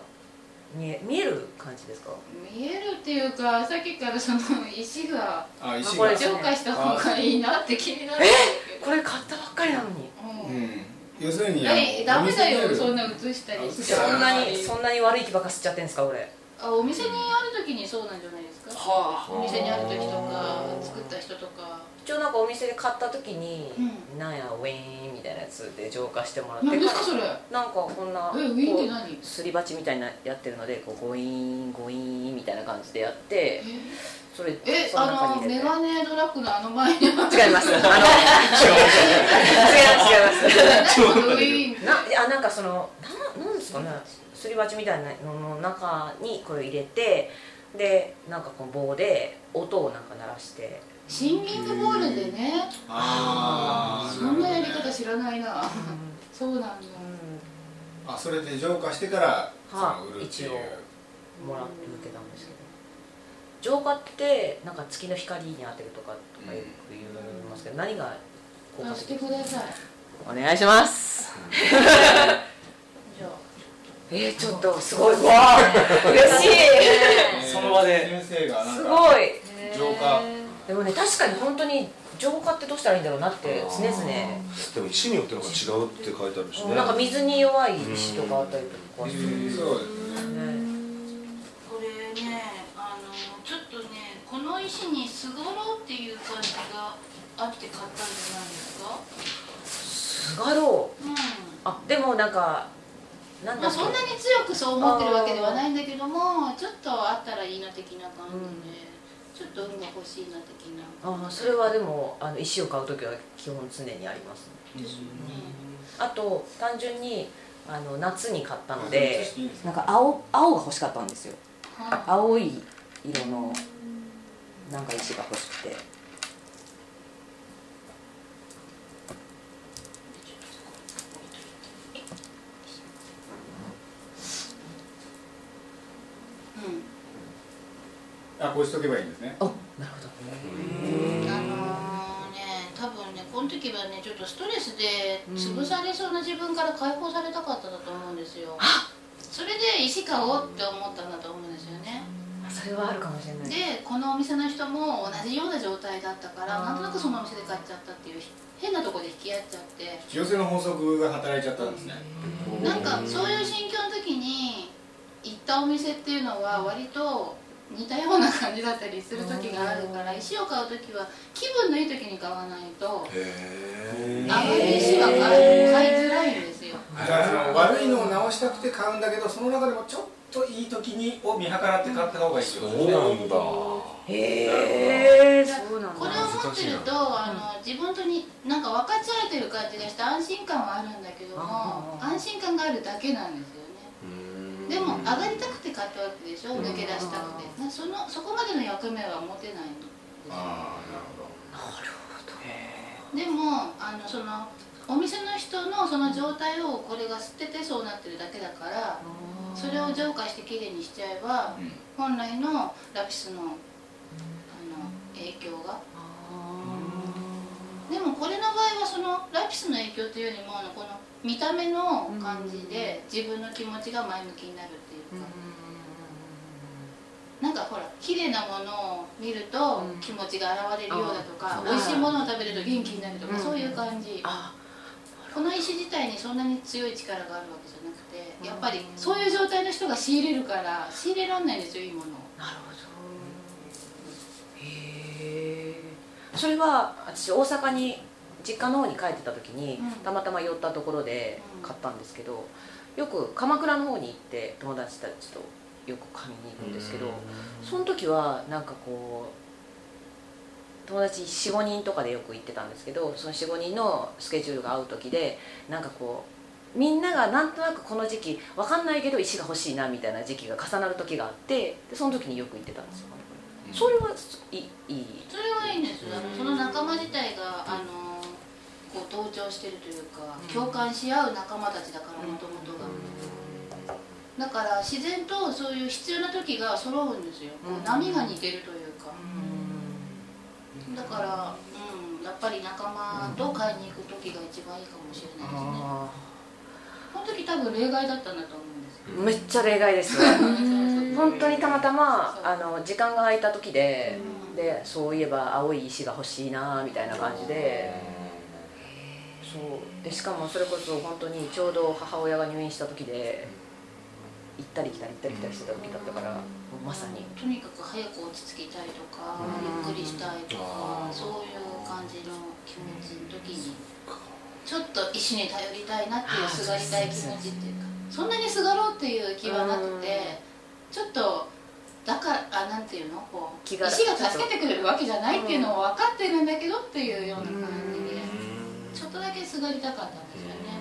Speaker 6: 見え見える感じですか
Speaker 3: 見えるっていうかさっきからその石が
Speaker 4: あ石
Speaker 6: こ
Speaker 4: が
Speaker 6: れ
Speaker 3: 浄化した方がいいなって気になるんだけど
Speaker 6: これ買ったばっかりなのに
Speaker 4: う
Speaker 3: うん
Speaker 4: ん要するに
Speaker 3: えダメだ
Speaker 4: お
Speaker 3: よ
Speaker 4: 店
Speaker 3: そ
Speaker 4: で
Speaker 3: んな映したりし
Speaker 4: あ
Speaker 3: たら
Speaker 6: そんなに
Speaker 4: え
Speaker 6: そんなに悪い気ばっか吸っちゃってんですか俺
Speaker 3: あお店にある時にそうなんじゃないですか
Speaker 6: は
Speaker 3: お店にある時とか作った人とか
Speaker 6: 一応なんかお店で買った時に、
Speaker 3: う
Speaker 6: なんやウィーンみたいなやつで浄化してもらって
Speaker 3: 何ですかそれ
Speaker 6: なんかこんな
Speaker 3: えウィーンって
Speaker 6: こ
Speaker 3: 何
Speaker 6: うすり鉢みたいなやってるのでこうゴイーンゴイーンみたいな感じでやってそれ
Speaker 3: え
Speaker 6: その中
Speaker 3: あの
Speaker 6: に入れ
Speaker 3: メ
Speaker 6: て
Speaker 3: ガネドラッグのあの前 にある
Speaker 6: 違いますあの違います違います
Speaker 3: ウィーン
Speaker 6: なあなんかそのななんですかねすり鉢みたいなのの中にこれを入れてでなんかこの棒で音をなんか鳴らして
Speaker 3: シンギングボールでね
Speaker 4: あー
Speaker 3: そんなやり
Speaker 4: るほど
Speaker 3: 方
Speaker 4: ね
Speaker 3: 知らないなそうなんだ
Speaker 4: あそれで浄化してからそ
Speaker 6: は
Speaker 4: の売るってい
Speaker 6: 一
Speaker 4: う
Speaker 6: 応もらって受けたんですけど浄化ってなんか月の光に当てるとかとかよく言いますけど、何が効果
Speaker 3: あして
Speaker 6: 的
Speaker 3: ください
Speaker 6: お願いします
Speaker 3: じゃあ
Speaker 6: えー、ちょっとすごい わあ嬉しい
Speaker 4: えー
Speaker 7: その場で
Speaker 4: 先生がなん
Speaker 6: す
Speaker 4: か
Speaker 6: ごい
Speaker 4: 浄化
Speaker 6: でもね確かに本当に浄化ってどうしたらいいんだろうなって常々、
Speaker 5: でも石によってなんか違うって書いてあるし
Speaker 6: う
Speaker 5: ね
Speaker 6: んなんか水に弱い石とかあったりとかするんですよ
Speaker 4: そう
Speaker 6: ね
Speaker 3: これねあのちょっとねこの石にすごろうっていう感じがあって買ったんじゃないです
Speaker 6: す
Speaker 3: か
Speaker 6: がろう
Speaker 3: うん
Speaker 6: あでもなんかなん
Speaker 3: ま
Speaker 6: だ
Speaker 3: あ、そんなに強くそう思ってるわけではないんだけどもちょっとあったらいいな的な感じで、ちょっと運が欲しいな的な
Speaker 6: あそれはでもあの石を買う時は基本常にありますね
Speaker 3: ですよね、
Speaker 6: あと単純にあの夏に買ったの
Speaker 4: あ
Speaker 6: で
Speaker 4: それ知識いいです
Speaker 9: な
Speaker 4: ね
Speaker 9: んか青青が欲しかったんですよ
Speaker 3: は
Speaker 9: 青い色のなんか石が欲しくて
Speaker 3: いうん
Speaker 4: あこうしとけばいいんですね
Speaker 6: あなるほど
Speaker 3: あのね多分ねこの時はねちょっとストレスで潰されそうな自分から解放されたかったんだと思うんですよ、それで石買おうって思ったんだと思うんですよね
Speaker 6: あそれはあるかもしれない
Speaker 3: でこのお店の人も同じような状態だったからなんとなくそのお店で買っちゃったっていう変なとこで引き合っちゃって
Speaker 4: 引き寄せの法則が働いちゃったんですね
Speaker 3: なんかそういう心境の時に行ったお店っていうのは割と似たような感じだったりする時があるから石を買う時は気分のいい時に買わないと
Speaker 5: へ
Speaker 3: あまり石は買い買いづらいんですよ
Speaker 4: だからその悪いのを直したくて買うんだけどその中でもちょっといい時にを見計らって買った方がいいってことです
Speaker 5: ん
Speaker 4: ね
Speaker 5: だ
Speaker 6: へえそうなん
Speaker 3: これを持ってるとあの自分とになんか分かち合えてる感じがして安心感はあるんだけども
Speaker 6: あー
Speaker 3: 安心感があるだけなんですよねでも上がりたくて買ったわけでしょ抜け出したくてなそのそこまでの役目は持てないの
Speaker 4: ああなるほど
Speaker 3: でもあのそのお店の人のその状態をこれが吸っててそうなってるだけだからそれを浄化してきれいにしちゃえば、
Speaker 4: うん
Speaker 3: 本来のラピスのあの影響がでもこれの場合はそのラピスの影響というよりもあのこの見た目の感じで自分の気持ちが前向きになるっていうか、なんかほら綺麗なものを見ると気持ちが現れるようだとか、
Speaker 6: あー
Speaker 3: 美味しいものを食べると元気になるとか、
Speaker 6: うん
Speaker 3: そういう感じ、
Speaker 6: あ
Speaker 3: この石自体にそんなに強い力があるわけじゃなくてやっぱりそういう状態の人が仕入れるから仕入れらんないんですよいいものを
Speaker 6: なるほどへえそれは私大阪に実家の方に帰ってた時に、
Speaker 3: うん
Speaker 6: たまたま寄ったところで
Speaker 3: うん
Speaker 6: 買ったんですけどよく鎌倉の方に行って友達たちとよく買いに行くんですけど、その時はなんかこう友達45人とかでよく行ってたんですけどその45人のスケジュールが合う時でなんかこうみんながなんとなくこの時期わかんないけど石が欲しいなみたいな時期が重なる時があってでその時によく行ってたんですよ。それはいいいい
Speaker 3: それはいいんですよあのその仲間自体があのこう同調してるというか共感し合う仲間たちだからもともとがだから自然とそういう必要な時が揃うんですよこう波が似てるというかだからうんやっぱり仲間と買いに行く時が一番いいかもしれないですね
Speaker 6: あ
Speaker 3: この時多分例外だったんだと思うんです
Speaker 6: ーめっちゃ例外です ね本当にたまたま
Speaker 3: そう
Speaker 6: あの時間が空いた時ででそういえば青い石が欲しいなみたいな感じでそうでしかもそれこそ本当にちょうど母親が入院した時で行ったり来たり行ったり来たりしてた時だったからもうまさに
Speaker 3: とにかく早く落ち着きたいとかゆっくりしたいとかそういう感じの気持ちの時にちょっと石に頼りたいなっていうすがりたい気持ちっていうかそんなにすがろうっていう気はなくてちょっとだからあなんていうのこう
Speaker 6: 気
Speaker 3: 石
Speaker 6: が
Speaker 3: が助けてくれるわけじゃないっていうのを分かってるんだけどっていうような感じでちょっとだけすがりたかったんですよね。うん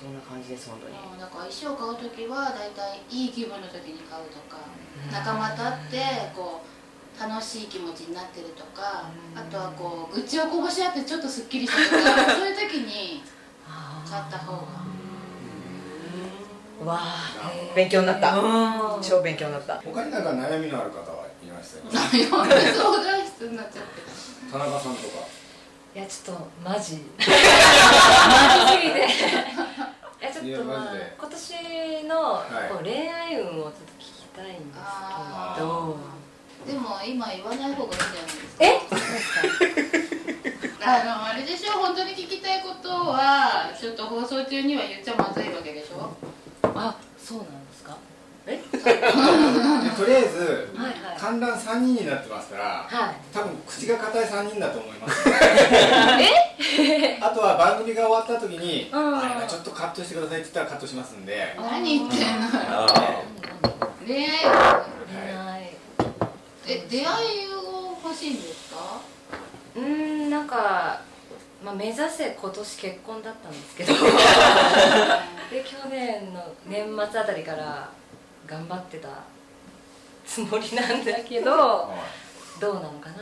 Speaker 6: そんな感じです本当に
Speaker 3: うんだから石を買う時は大体いい気分の時に買うとか仲間と会ってこう楽しい気持ちになってるとかあとはこう愚痴をこぼし合ってちょっとすっきりしたと かそういう時に買った方が
Speaker 6: わあ勉強になった超勉強になった
Speaker 4: 他になんか悩みのある方はいましたよね
Speaker 3: いろんな相談室になっちゃって
Speaker 4: 田中さんとか
Speaker 8: いやちょっと マジマジすぎていやちょっと
Speaker 4: いや
Speaker 8: ま
Speaker 4: マ
Speaker 8: あ
Speaker 4: ジで
Speaker 8: 今年の
Speaker 4: い
Speaker 8: こう恋愛運をちょっと聞きたいんですけど、
Speaker 3: あーでも今言わない方がいいんじゃない
Speaker 8: え
Speaker 3: ですか あのあれでしょ本当に聞きたいことはちょっと放送中には言っちゃまずいわけでしょ
Speaker 8: あそうなんですかえ
Speaker 4: でとりあえず
Speaker 8: はいはい
Speaker 4: 観覧3人になってますから
Speaker 8: はい
Speaker 4: 多分口が硬い3人だと思います
Speaker 8: え
Speaker 4: あとは番組が終わった時に「
Speaker 8: うん
Speaker 4: あれはちょっとカットしてください」って言ったらカットしますんで
Speaker 3: 何言ってんの
Speaker 5: あ
Speaker 3: 恋愛は
Speaker 8: 恋愛
Speaker 3: え出会いを欲しいんですか
Speaker 8: うーんなんか、まあ、目指せ今年結婚だったんですけ どで去年の年末あたりから頑張ってたつもりなんだけ どどうなのかなと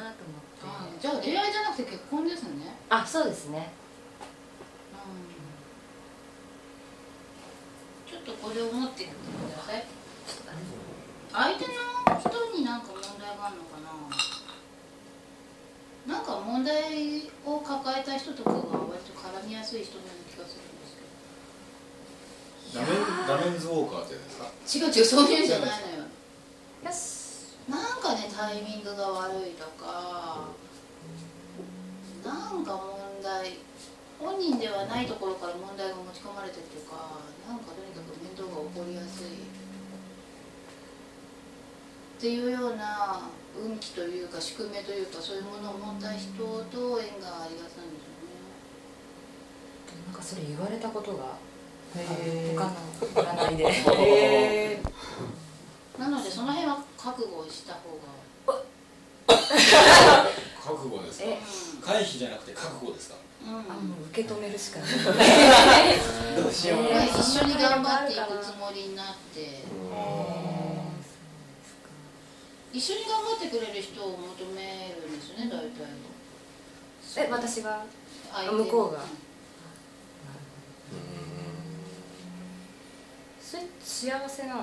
Speaker 8: 思
Speaker 3: あ
Speaker 8: って
Speaker 3: じゃあ恋愛じゃなくて結婚ですね、
Speaker 8: あそうですね
Speaker 3: ちょっとこれを持ってみてください相手の人になんか問題があるのかななんか問題を抱えた人とかが割と絡みやすい人のような気がするんですけど
Speaker 4: ダメダメンズウォーカーってやつですか
Speaker 3: 違う違うそういうんじゃないのよ
Speaker 8: よし
Speaker 3: なんかねタイミングが悪いとかなんか問題本人ではないところから問題が持ち込まれてるとかなんかとにかく面倒が起こりやすいっていうような運気というか宿命というかそういうものを持った人と縁がありがちなんですよね
Speaker 8: なんかそれ言われたことが
Speaker 9: へー
Speaker 8: 他の占いで
Speaker 9: え
Speaker 3: なのでその辺は覚悟をした方が
Speaker 4: 覚悟ですか
Speaker 8: え
Speaker 4: 回避じゃなくて覚悟ですか
Speaker 3: うん、うん
Speaker 8: あもう受け止めるしかない
Speaker 7: どうしよう
Speaker 8: え
Speaker 7: も
Speaker 8: ー
Speaker 7: ない
Speaker 3: 一緒に頑張っていくつもりになって一緒に頑張ってくれる人を求めるんですよね大体
Speaker 8: え私が
Speaker 3: 相手
Speaker 8: 向こうがそれ幸せなんですかね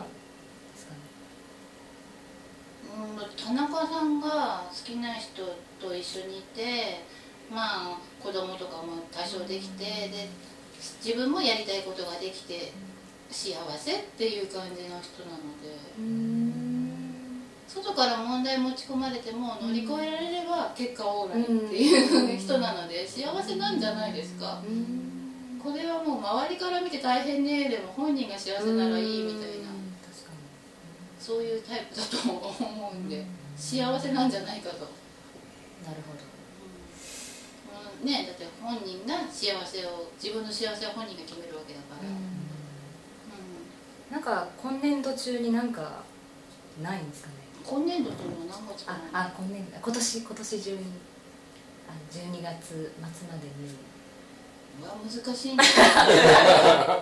Speaker 3: うん、田中さんが好きな人と一緒にいてまあ子供とかも多少できてで自分もやりたいことができて幸せっていう感じの人なので外から問題持ち込まれても乗り越えられれば結果オーライっていう人なので幸せなんじゃないですかこれはもう周りから見て大変ねでも本人が幸せならいいみたいな
Speaker 8: 確か
Speaker 3: そういうタイプだと思うんで幸せなんじゃないかと。
Speaker 8: になるほど
Speaker 3: うんね、だって本人が幸せを自分の幸せは本人が決めるわけだから、うん
Speaker 8: なんか今年度中になんかないんですかね
Speaker 3: 今年度っていうのは何月か
Speaker 8: あ
Speaker 3: な
Speaker 8: あ今年今年今年中にあ12月末までに
Speaker 3: うわ難しいんだ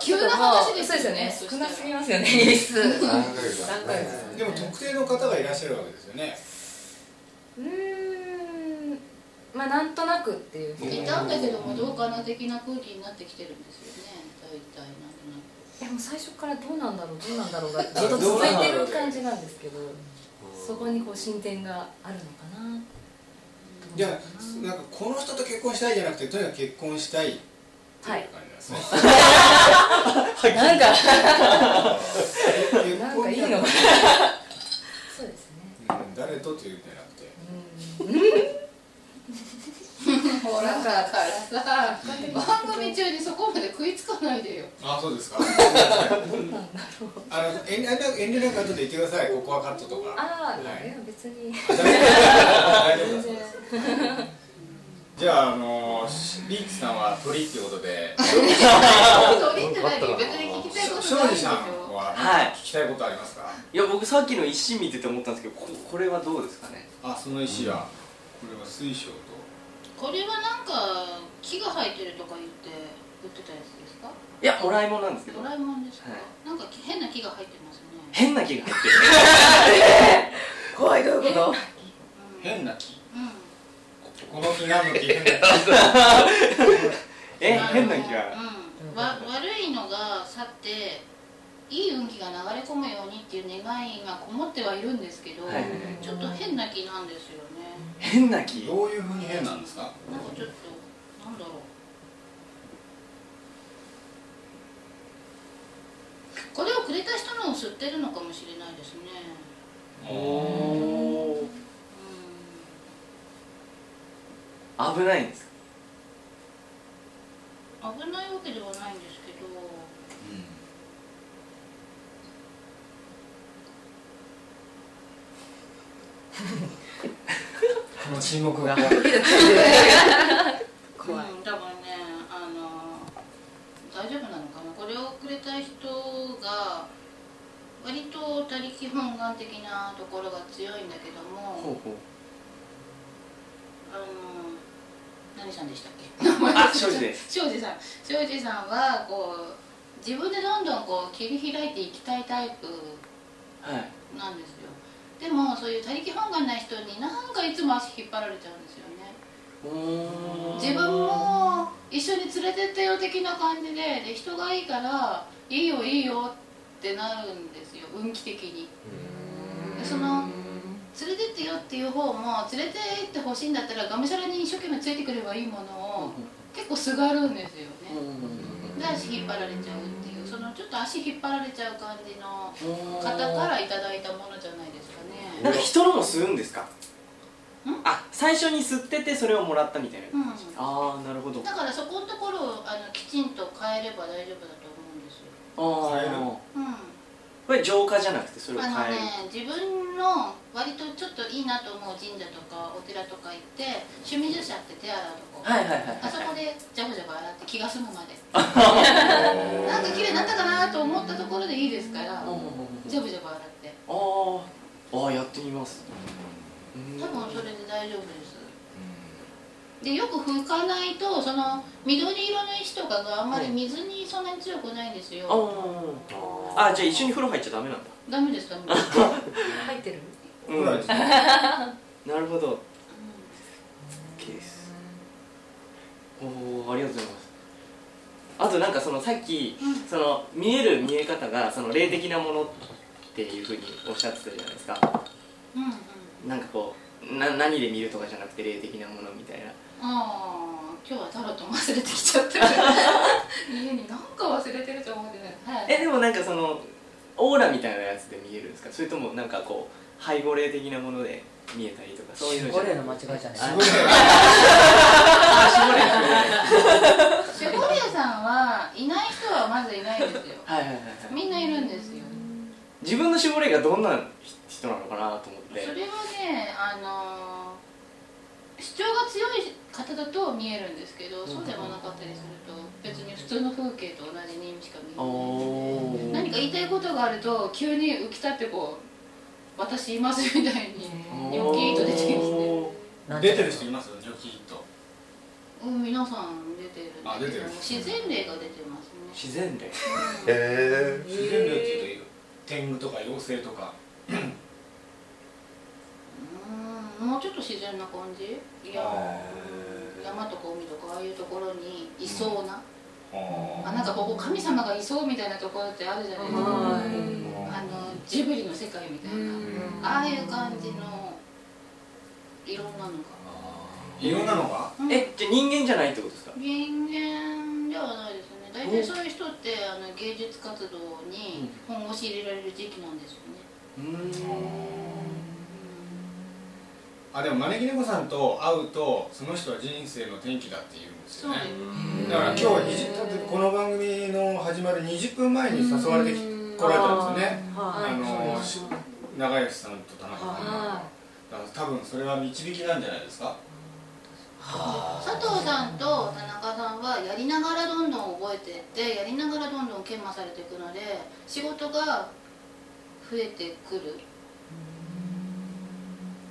Speaker 3: 急な話です
Speaker 8: そうです
Speaker 3: よ
Speaker 8: よ
Speaker 3: ね
Speaker 8: ね
Speaker 3: そし
Speaker 8: 少
Speaker 3: た
Speaker 8: な
Speaker 3: ら
Speaker 8: すぎますよねイギリ スう
Speaker 5: 3
Speaker 9: ヶ
Speaker 5: 月
Speaker 4: でも特定の方がいらっしゃるわけですよね
Speaker 8: ーんまあなんとなくっていうい
Speaker 3: いたんだけどもどうかな的な空気になってきてるんですよね大体なんとなく
Speaker 8: やもう最初からどうなんだろうどうなんだろうがずっと続いてる感じなんですけどそこにこう進展があるのかなって
Speaker 4: いやなんかこの人と結婚したいじゃなくてとにかく結婚したいっていう感じなんですね、
Speaker 8: なんか
Speaker 4: 結
Speaker 8: なん
Speaker 4: 婚
Speaker 8: かいい
Speaker 4: じ
Speaker 8: の
Speaker 4: ゃなく
Speaker 8: かな
Speaker 4: て
Speaker 8: そうですね
Speaker 4: うん誰とっていうんじゃなくて
Speaker 3: ほらだからさ番組中にそこまで食いつかないで よ
Speaker 4: あそうですかあの遠慮なく遠慮なく後で言ってくださいここはカットとか
Speaker 8: ああ、
Speaker 4: はい
Speaker 8: い、や別に
Speaker 4: 大丈夫
Speaker 8: 全
Speaker 4: だそう
Speaker 8: 然
Speaker 4: ですじゃあ、あのリーチさんは鳥っていうことで
Speaker 3: 取りってないよ別に聞きたいこと
Speaker 4: 庄
Speaker 3: ないん
Speaker 4: 司
Speaker 3: ですよ
Speaker 4: さんは
Speaker 7: はい
Speaker 4: 聞きたいことありますか
Speaker 7: いや僕さっきの石見てて思ったんですけどここれはどうですかね
Speaker 4: あその石は、これは水晶と
Speaker 3: これはなんか木が生えてるとか言って言ってたやつですか
Speaker 7: いやもらいもんなんですけど
Speaker 3: ドラえもんですか、
Speaker 7: は
Speaker 3: なんか変な木が入ってますね
Speaker 7: 変な木が入ってる
Speaker 6: 怖いどういうこと
Speaker 4: 変な木
Speaker 3: うん
Speaker 4: この木何の木変な木
Speaker 7: え
Speaker 3: あの
Speaker 7: 変な木が
Speaker 3: うん、わ悪いのが去っていい運気が流れ込むようにっていう願いがこもってはいるんですけど、
Speaker 7: はい
Speaker 3: ちょっと変な木なんですよね
Speaker 7: 変な木
Speaker 4: どういうふうに変なんですか
Speaker 3: なんかちょっとなんだろうこれをくれた人のを吸ってるのかもしれないですね
Speaker 7: おお危ないんですか
Speaker 3: 危ないわけではないんですけど
Speaker 2: この沈黙が
Speaker 3: 怖い、うん、多分ねあの大丈夫なのかなこれをくれた人が割と他力本願的なところが強いんだけども
Speaker 7: ほう
Speaker 3: あの何さんでしたっけ 名前
Speaker 7: あ庄司です
Speaker 3: 庄司さん庄司さんはこう自分でどんどんこう切り開いていきたいタイプ
Speaker 7: はい
Speaker 3: なんですよでもそういう他力本願な人になんかいつも足引っ張られちゃうんですよね自分も一緒に連れてったよ的な感じでで人がいいから「いいよいいよ」ってなるんですよ運気的にでその連れてってよっていう方も連れてってほしいんだったらがむしゃらに一生懸命ついてくればいいものを結構すがるんですよねで足引っ張られちゃうっていうそのちょっと足引っ張られちゃう感じの方からいただいたものじゃないですかね
Speaker 7: なんか人のも吸うんですか
Speaker 3: ん
Speaker 7: あ最初に吸っててそれをもらったみたいな、
Speaker 3: うん
Speaker 7: ああなるほど
Speaker 3: だからそこのところをあのきちんと変えれば大丈夫だと思うんですよう
Speaker 7: ああ
Speaker 3: ん
Speaker 7: これ浄化じゃなくてそれを
Speaker 3: あ
Speaker 7: 変
Speaker 3: の
Speaker 7: える
Speaker 3: ね自分の割とちょっといいなと思う神社とかお寺とか行って趣味女社って手洗うとこ、
Speaker 7: はいはいはいはい
Speaker 3: あそこでジャブジャブ洗って気が済むま でなんか綺麗になったかなと思ったところでいいですから
Speaker 7: うんうんうん
Speaker 3: ジャブジャブ洗って
Speaker 7: あーあーやってみますうん
Speaker 3: 多分それで大丈夫ですでよく拭かないとその緑色の石とかがあんまり水にそんなに強くないんですよ、
Speaker 7: あーあーじゃあ一緒に風呂入っちゃダメなんだ
Speaker 3: ダメですダメです うん
Speaker 8: 入ってる
Speaker 4: 怒られてた
Speaker 7: なるほど OK ですおおありがとうございますあとなんかそのさっき、
Speaker 3: うん
Speaker 7: その見える見え方がその霊的なものっていうふうにおっしゃってたじゃないですか
Speaker 3: うんうん
Speaker 7: なんかこうな何で見るとかじゃなくて霊的なものみたいな
Speaker 3: ああ今日はタロットも忘れてきちゃった家になんか忘れてると思ってない、はい、
Speaker 7: えでもなんかそのオーラみたいなやつで見えるんですかそれともなんかこう背後霊的なもので見えたりとかそういうのじゃ
Speaker 9: 守
Speaker 7: な
Speaker 9: 霊の
Speaker 7: い
Speaker 9: 間違いじゃない
Speaker 7: あ
Speaker 3: 守護霊さんはいない人はまずいないんですよ
Speaker 7: はいはいはいはい
Speaker 3: みんないるんですよ
Speaker 7: 自分の絞りがどんな人なのかなと思っ
Speaker 3: それは
Speaker 7: て
Speaker 3: ねあのー主張が強い方だと見えるんですけどそうでもなかったりすると別に普通の風景と同じにしか見え
Speaker 7: お
Speaker 3: ない
Speaker 7: おー
Speaker 3: 何か言いたいことがあると急に浮き立ってこう私いますみたいにニョキーと出てきて。
Speaker 9: なん
Speaker 4: 出てる人いますニョキッと
Speaker 3: うん、皆さん出てるんだ
Speaker 4: あ出
Speaker 3: けど
Speaker 4: てる
Speaker 3: 自然霊が出てますね
Speaker 7: 自然霊
Speaker 5: へえ
Speaker 4: 自然霊っていうと天狗とか妖精とか
Speaker 3: うんもうちょっと自然な感じいや
Speaker 4: へー
Speaker 3: 山とか海とかああいうところにいそうな、あ
Speaker 4: あ
Speaker 3: なんかここ神様がいそうみたいなところってあるじゃないですか、
Speaker 9: はい
Speaker 3: あのジブリの世界みたいな、ああいう感じのいろんなのが、
Speaker 4: いろんなのが
Speaker 3: うん
Speaker 7: えじゃあ人間じゃないってことですか
Speaker 3: 人間ではないですね大体そういう人ってあの芸術活動に本腰入れられる時期なんですよね、
Speaker 7: うー
Speaker 4: あでも招き猫さんと会うとその人は人生の転機だって言うんです
Speaker 3: そ
Speaker 4: よ
Speaker 3: う
Speaker 4: ね
Speaker 3: です
Speaker 4: だから今日20だってこの番組の始まる20分前に誘われてき来られたんですよね
Speaker 6: は
Speaker 4: あの
Speaker 6: い
Speaker 4: し長吉さんと田中さんが
Speaker 8: あ
Speaker 4: だから多分それは導きなんじゃないですか
Speaker 3: 佐藤さんと田中さんはやりながらどんどん覚えていってやりながらどんどん研磨されていくので仕事が増えてくる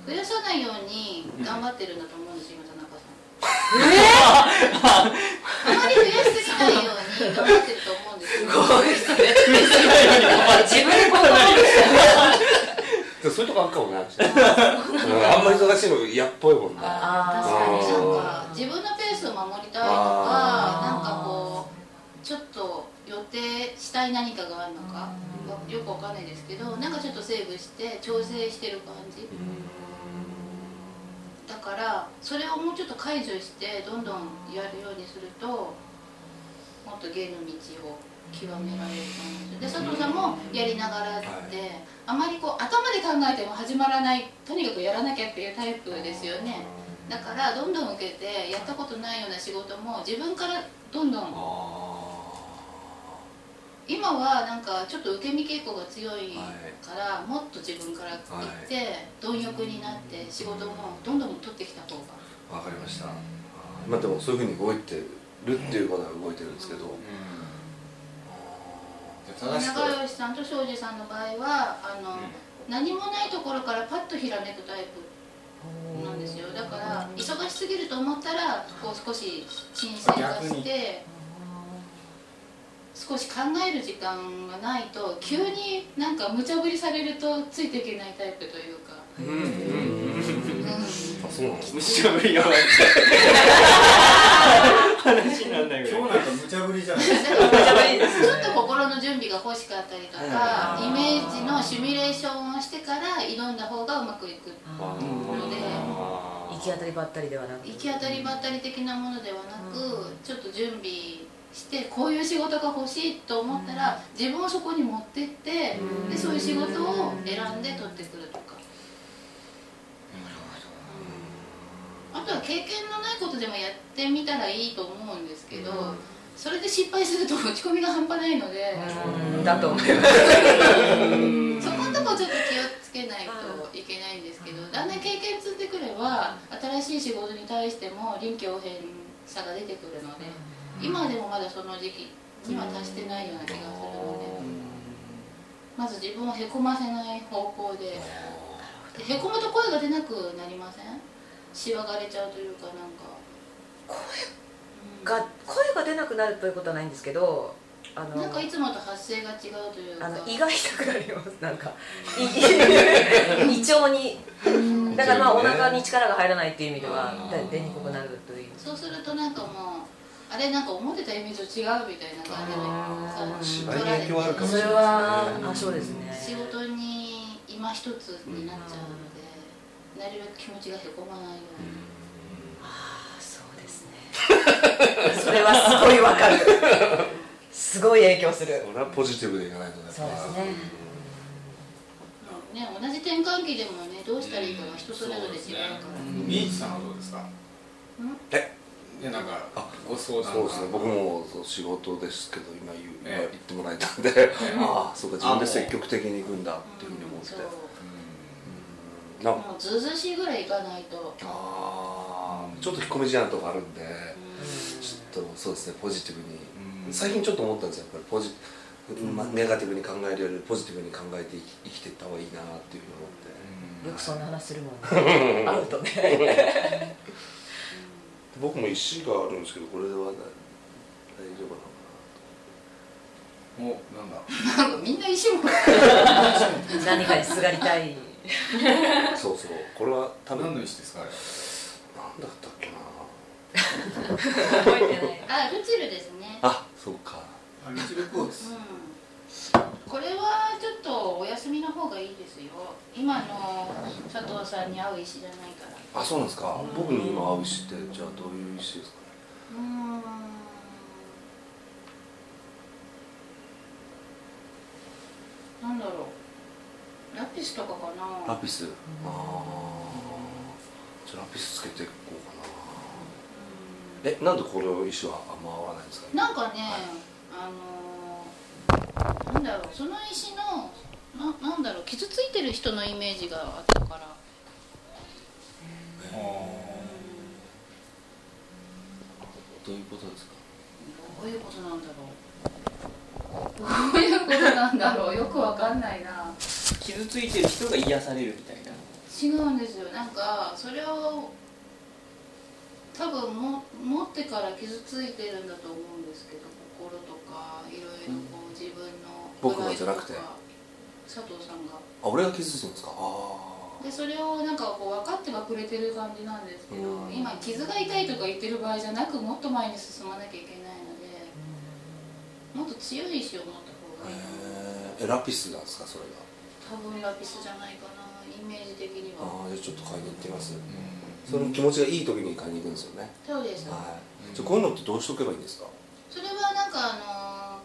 Speaker 3: 増やさないように頑張ってるんだと思うんですよ今田中さんえあまり増やしすぎないように頑張ってると思うんですよ
Speaker 6: 自分で
Speaker 5: でそういうとこあるかもねうん あんまり忙しいの嫌っぽいもんな
Speaker 9: あ
Speaker 3: 確かになん
Speaker 5: あ
Speaker 3: か自分のペースを守りたいとかな
Speaker 9: あ
Speaker 3: ん
Speaker 9: ー
Speaker 3: かこうちょっと予定したい何かがあるのかわよくわかんないですけどなんかちょっとセーブして調整してる感じだからそれをもうちょっと解除してどんどんやるようにするともっと芸の道を極められると思うんですよで佐藤さんもやりながらって、あまりこう頭で考えても始まらないとにかくやらなきゃっていうタイプですよね。だからどんどん受けてやったことないような仕事も自分からどんどん今はなんかちょっと受け身傾向が強いから、もっと自分から行って、貪欲になって仕事もどんどん取ってきた方が
Speaker 5: わかりましたまあでもそういうふうに動いてるっていうことは動いてるんですけど、
Speaker 4: じゃあ正しく
Speaker 3: 長吉さんと庄司さんの場合はあの、何もないところからパッとひらめくタイプなんですよだから忙しすぎると思ったらこう少し沈静化
Speaker 4: 逆
Speaker 3: し
Speaker 4: に
Speaker 3: て少し考える時間がないと急になんか無茶ぶりされるとついていけないタイプという か、
Speaker 7: うんうん
Speaker 5: あそうなんです
Speaker 7: むしろ無理よ 話になんないぐらい
Speaker 4: 今日なんか無茶ぶりじゃない
Speaker 3: ちょっと心の準備が欲しかったりとか、イメージのシミュレーションをしてから挑んだ方がうまくいく
Speaker 6: あ
Speaker 7: う
Speaker 6: ー
Speaker 7: ん
Speaker 3: ので。
Speaker 6: 行き当たりばったりではなく
Speaker 3: 行き当たりばったり的なものではなく、ちょっと準備してこういう仕事が欲しいと思ったら、自分をそこに持ってって、でそういう仕事を選んで取ってくるとか、あとは経験のないことでもやってみたらいいと思うんですけど、それで失敗すると落ち込みが半端ないので、
Speaker 6: うんだと思います
Speaker 3: そこんとこちょっと気をつけないといけないんですけどだんだん経験積んでくれば新しい仕事に対しても臨機応変さが出てくるので今でもまだその時期には達してないような気がするのでまず自分をへこませない方向でへこむと声が出なくなりませんしわがれちゃうというかなんか
Speaker 6: が声が出なくなるということはないんですけどあの
Speaker 3: なんかいつもと発声が違うというか
Speaker 6: あの胃が痛くなりますなんかい胃腸にだからまあお腹に力が入らないっていう意味ではだ出にくくなるという
Speaker 3: そうするとなんかもうあれなんか思ってたイメージと違うみたいな感じで
Speaker 5: 芝居に影響あるかもし
Speaker 6: そ
Speaker 5: れ
Speaker 6: れ
Speaker 5: ない
Speaker 6: はあそうですね
Speaker 3: 仕事に今一つになっちゃうので、なるべく気持ちがへこまないように、
Speaker 6: あそうですねそれはすごいわかるすごい影響する
Speaker 5: それはポジティブでいかないとね
Speaker 6: そうですね
Speaker 3: ね、同じ転換期でもねどうしたらいいかは人それぞれ違うから、
Speaker 4: ビーチさんはどうですか
Speaker 5: え
Speaker 4: でなんかご相談が
Speaker 5: そうですね僕もそう仕事ですけど今言う今
Speaker 4: ええ
Speaker 5: 言ってもらえたんで、ああそうか自分で積極的に行くんだっていうふうに思って
Speaker 3: そう
Speaker 5: なんか
Speaker 3: もうずうずうしいぐらいいかないと、
Speaker 5: ああちょっと引っ込み思案なとこあるんでちょっとそうですねポジティブに最近ちょっと思ったんですよやっぱりポジまあ、ネガティブに考えるよりポジティブに考えて生き生きていった方がいいなっていうふうに思って、
Speaker 6: よくそんな話するもん ね会うとね
Speaker 5: 僕も石があるんですけどこれは大丈夫なのか
Speaker 4: おなんだ
Speaker 3: なんかみんな石も
Speaker 6: 何かにすがりたい
Speaker 5: なそうそうこれは多分な
Speaker 4: 何
Speaker 5: ん
Speaker 4: の
Speaker 5: だ
Speaker 4: 石ですかあれ
Speaker 5: ったっけな
Speaker 8: 覚えてない
Speaker 3: あルチルですね
Speaker 5: あそうか
Speaker 4: あミチルコーツ
Speaker 3: うんこれはちょっとお休みの方がいいですよ今の佐藤さんに合う石じゃないから
Speaker 5: あそうなんですか僕に今合う石ってじゃあどういう石ですかね
Speaker 3: うーんなんだろうラピスとかかな
Speaker 5: ラピスああじゃあラピスつけていこうかなえなんでこれを石はあんま合わないんですかね
Speaker 3: なんかね、あのーなんだろうその石のななんだろう傷ついてる人のイメージがあったから
Speaker 5: どういうことですか
Speaker 3: どういうことなんだろうどういうことなんだろうよくわかんないな
Speaker 7: 傷ついてる人が癒されるみたいな
Speaker 3: 違うんですよなんかそれを多分も持ってから傷ついてるんだと思うんですけど心とかいろいろこう自分の
Speaker 5: 僕がじゃなくて
Speaker 3: 課題とか佐藤さんが
Speaker 5: あ俺が傷ついてるんですかあ
Speaker 3: でそれをなんかこう分かってはくれてる感じなんですけど
Speaker 5: うん
Speaker 3: 今傷が痛いとか言ってる場合じゃなくもっと前に進まなきゃいけないのでもっと強い意志を持った
Speaker 5: あ
Speaker 3: 方がいい
Speaker 5: へーえラピスなんですかそれが
Speaker 3: 多分ラピスじゃないかなイメージ的には
Speaker 5: ああじゃあちょっと買いに行ってみます、その気持ちがいい時に買いに行くんですよね、
Speaker 3: そうです
Speaker 5: はいじゃあこういうのってどうしておけばいいんですか
Speaker 3: それはなんかあのー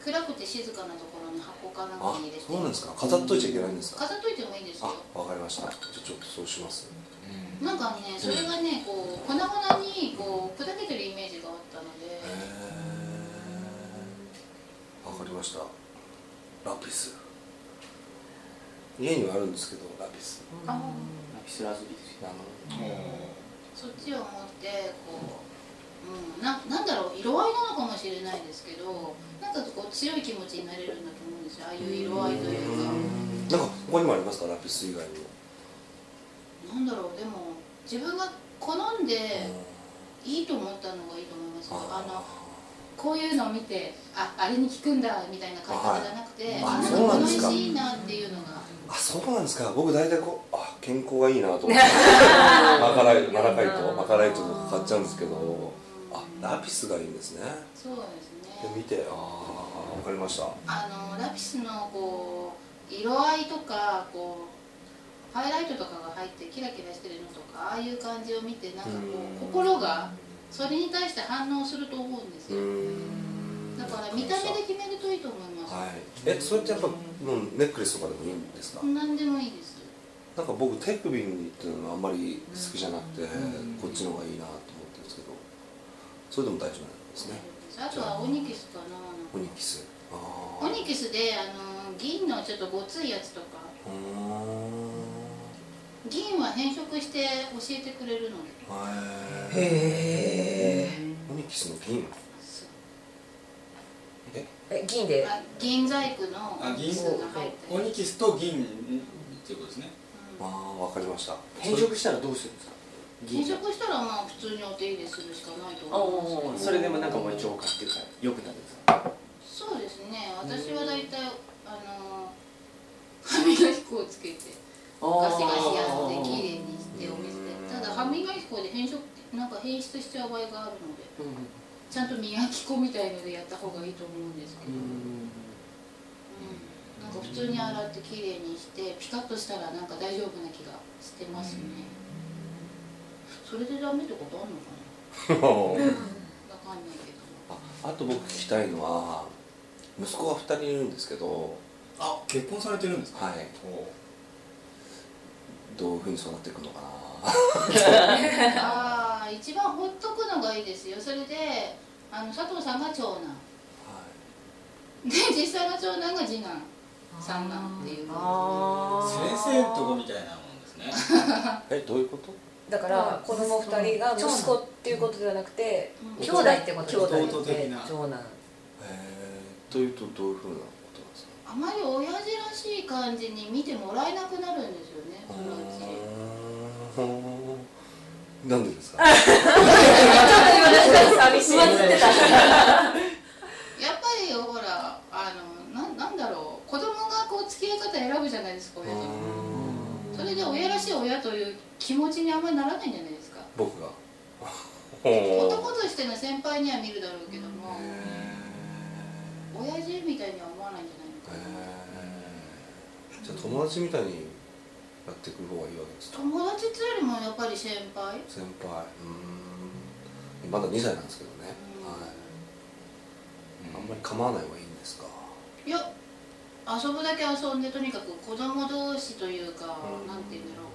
Speaker 3: 暗くて静かなところに箱かなん
Speaker 5: あ
Speaker 3: かに入れて
Speaker 5: そうなんですか飾っといちゃいけないんですか
Speaker 3: 飾っといてもいいですよ
Speaker 5: あわかりましたじゃあちょっとそうします
Speaker 4: うん
Speaker 3: なんかねそれがねこう粉々にこう砕けてるイメージがあったので
Speaker 5: へーわかりましたラピス家にはあるんですけどラピス
Speaker 3: あ
Speaker 7: ピスラズビですよ
Speaker 5: あの
Speaker 3: そっちを持ってこう、うん、ななんだろう色合いなのかもしれないですけどなんかこう強い気持ちになれるんだと思うんですよああいう色合いというか。
Speaker 5: なんか他にもありますかラピス以外にも
Speaker 3: なんだろうでも自分が好んでいいと思ったのがいいと思いますよあのこういうのを見てああれに効くんだみたいな感覚じゃなくて、
Speaker 5: い
Speaker 3: あ
Speaker 5: あ
Speaker 3: なんか
Speaker 5: そうな
Speaker 3: こ
Speaker 5: ん
Speaker 3: の
Speaker 5: ですか
Speaker 3: 石いいなっていうのが
Speaker 5: あそうなんですか僕大体こうあ健康がいいなと 思ってマカライトマラカイトマカライトとか買っちゃうんですけどあラピスがいいんですね
Speaker 3: そうです
Speaker 5: で
Speaker 3: ね
Speaker 5: 見てああわかりました
Speaker 3: あのラピスのこう色合いとかこうハイライトとかが入ってキラキラしてるのとかああいう感じを見てなんかこ
Speaker 5: うん
Speaker 3: う心がそれに対して反応すると思うんです
Speaker 5: う
Speaker 3: よ
Speaker 5: ーん
Speaker 3: だから見た目で決めるといいと思います、
Speaker 5: はいえそれってやっぱもうネックレスとかでもいいんですか
Speaker 3: 何でもいいです
Speaker 5: なんか僕手首にっていうのがあんまり好きじゃなくてこっちの方がいいなと思ってるんですけどそれでも大丈夫なんですね
Speaker 3: あとはオニキスかな
Speaker 5: オニキスああ
Speaker 3: オニキスであの銀のちょっとごついやつとか
Speaker 5: うーん
Speaker 3: 銀は変色して教えてくれるの
Speaker 5: へ
Speaker 3: で
Speaker 5: え
Speaker 9: へ
Speaker 5: オニキスの銀
Speaker 6: え銀で
Speaker 3: あ銀細工の
Speaker 4: あ銀
Speaker 3: キスが入っ
Speaker 4: オ
Speaker 3: て
Speaker 4: ニキスと銀っていうことですね
Speaker 5: ああわかりました
Speaker 7: 変色したらどうするんですか
Speaker 3: 変
Speaker 7: 銀色
Speaker 3: 色したらまあ普通にお手入れするしかないと
Speaker 7: あ
Speaker 3: 思いま
Speaker 7: あそれでもなんかもう浄化っていうか良くなるんですか
Speaker 3: すそうですね私は大体あの歯磨き粉をつけてガシガシやってきれいにしてお店でただ歯磨き粉で変色なんか変質しちゃう場合があるので
Speaker 7: うん
Speaker 3: ちゃんと磨き粉みたいのでやった方がいいと思うんですけど、
Speaker 7: うん
Speaker 3: うんなんか普通に洗ってきれいにしてピカッとしたらなんか大丈夫な気がしてますね、それでダメってことあるのかなわかんないけど
Speaker 5: あと僕聞きたいのは息子が2人いるんですけど
Speaker 4: あ結婚されてるんですか
Speaker 5: はいどういうふうに育っていくのか
Speaker 3: ああ一番ほっとくのがいいですよそれであの佐藤さんが長男で実際の長男が次男三男っていう
Speaker 9: あ
Speaker 4: 先生とこみたいなもんですね
Speaker 5: な、はい、えどういうこと
Speaker 6: だから子供二人が息子っていうことではなくて
Speaker 3: うん
Speaker 6: 兄弟ってこと
Speaker 4: 弟
Speaker 6: 兄弟で長男
Speaker 5: えー、というとどういうふうなことなんですか
Speaker 3: あまり親父らしい感じに見てもらえなくなるんですよねそのうち
Speaker 5: なんでですか
Speaker 6: 寂しい
Speaker 3: やっぱりほらあのななんだろう子供がこう付き合い方選ぶじゃないですか親とそれで親らしい親という気持ちにあんまりならないんじゃないですか
Speaker 5: 僕が
Speaker 3: 男としての先輩には見るだろうけども親父みたいには思わないんじゃないのかな
Speaker 5: じゃあ友達みたいにやってくる方がいいわけですか
Speaker 3: 友達っていうよりもやっぱり先輩
Speaker 5: 先輩うーんまだ2歳なんですけどね、
Speaker 3: うん
Speaker 5: はい、あんまり構わない方がいいんですか
Speaker 3: いや遊ぶだけ遊んでとにかく子供同士というか、なんて言うんだろ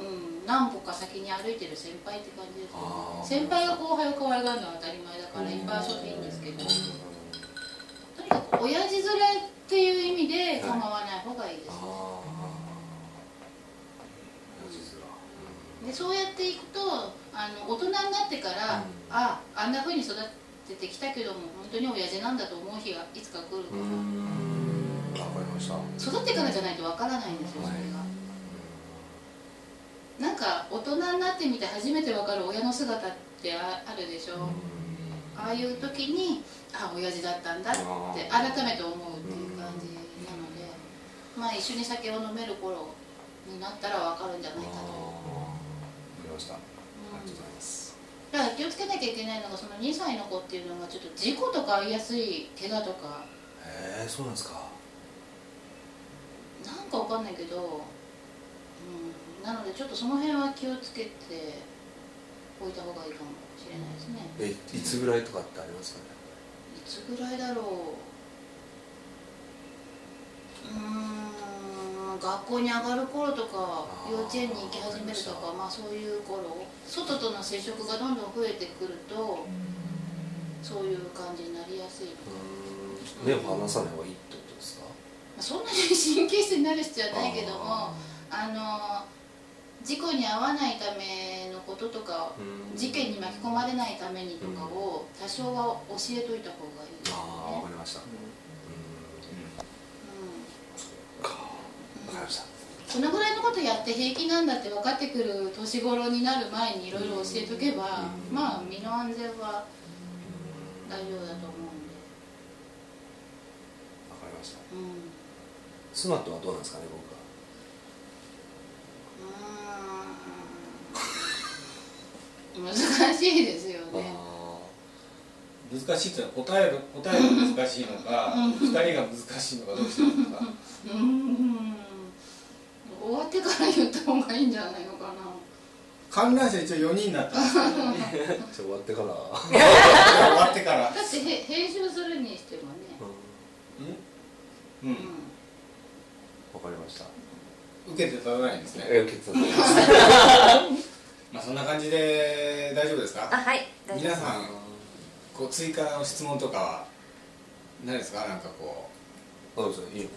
Speaker 3: ううん何歩か先に歩いてる先輩って感じです
Speaker 5: あー
Speaker 3: 先輩が後輩を可愛がるのは当たり前だからいっぱい遊んでいいんですけどとにかく親父連れっていう意味で構わない方がいいです、
Speaker 5: ああ親父面
Speaker 3: でそうやっていくとあの大人になってから、ああんな風に育ててきたけども本当に親父なんだと思う日がいつか来るから、
Speaker 5: わかりました
Speaker 3: 育ってからじゃないとわからないんですよそれが、なんか大人になってみて初めてわかる親の姿ってああるでしょ、ああいう時にあ親父だったんだって
Speaker 5: あ
Speaker 3: 改めて思うっていう感じなので、まあ一緒に酒を飲める頃になったらわかるんじゃないか
Speaker 5: あー
Speaker 3: と、
Speaker 5: わかりましたありがとうございます
Speaker 3: だから気をつけなきゃいけないのがその2歳の子っていうのがちょっと事故とか遭いやすい怪我とか
Speaker 5: へえそうなんですか
Speaker 3: なんかわかんないけど、うん、なのでちょっとその辺は気をつけておいた方がいいかもしれないですね
Speaker 5: えいつぐらいとかってありますかね
Speaker 3: いつぐらいだろううーん学学校に上がる頃とか幼稚園に行き始めるとかまあそういう頃外との接触がどんどん増えてくるとそういう感じになりやすいのか
Speaker 5: 目を離さない方がいいってことですか
Speaker 3: まあそんなに神経質になる必要はないけどもあの事故に遭わないためのこととか
Speaker 5: うん
Speaker 3: 事件に巻き込まれないためにとかを多少は教えといた方がいいです
Speaker 5: ああわ
Speaker 3: ね
Speaker 5: かりましたうんかわかりました
Speaker 3: うんそのぐらいのことやって平気なんだって分かってくる年頃になる前にいろいろ教えとけば
Speaker 5: うん
Speaker 3: まあ身の安全は大丈夫だと思うんで、
Speaker 5: わかりました
Speaker 3: うん、う
Speaker 5: 妻とはどうなんですかね僕は
Speaker 3: ーん 難しいですよね
Speaker 5: あ
Speaker 4: 難しいっていうのは答える答えが難しいのか二人が難しいのかどっちなのか
Speaker 3: うーん終わってから言った方がいいんじゃないのかな
Speaker 4: 観覧車一応4人になったんですけど
Speaker 5: あじゃあ終わってから
Speaker 4: 終わってから
Speaker 3: だってへ編集するにしてもね
Speaker 4: うん、うん
Speaker 3: う
Speaker 5: わかりました
Speaker 4: 受けて立たないんですね
Speaker 5: え決断
Speaker 4: まあそんな感じで大丈夫です
Speaker 6: あ
Speaker 4: か
Speaker 6: はい大丈夫
Speaker 4: 皆さんこう追加の質問とかはないですかなんかこ
Speaker 5: どうですいいよ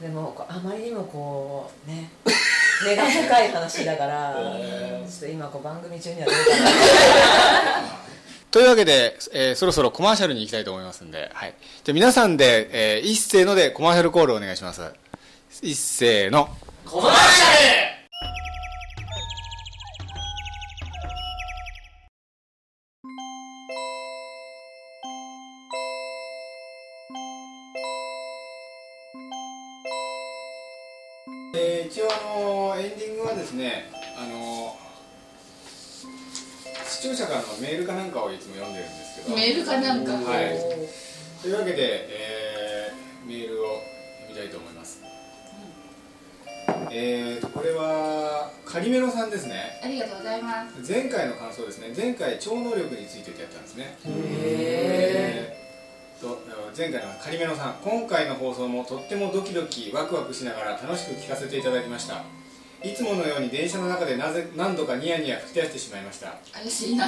Speaker 9: でもこうあまりにもこうね 根が深い話だから
Speaker 4: えー
Speaker 9: ちょっと今こう番組中にはどうかな
Speaker 10: というわけで、えーそろそろコマーシャルに行きたいと思いますんで、はい。じゃあ皆さんで、えー一斉のでコマーシャルコールお願いします。一斉の。
Speaker 7: コマーシ
Speaker 4: う、えー一応あのエンディングはですねあの視聴者からのメールかなんかをいつも読んでるんですけ
Speaker 3: ん
Speaker 4: ど
Speaker 3: メールかなんか
Speaker 4: はいというわけで、えーメールを読みたいと思います、えーとこれはカリメロさんですね
Speaker 3: ありがとうございます
Speaker 4: 前回の感想ですね前回超能力についてってやったんですねえーと前回のカリメロさん今回の放送もとってもドキドキワクワクしながら楽しく聞かせていただきましたいつものように電車の中でなぜ何度かニヤニヤ吹き出してしまいました
Speaker 3: 怪しいな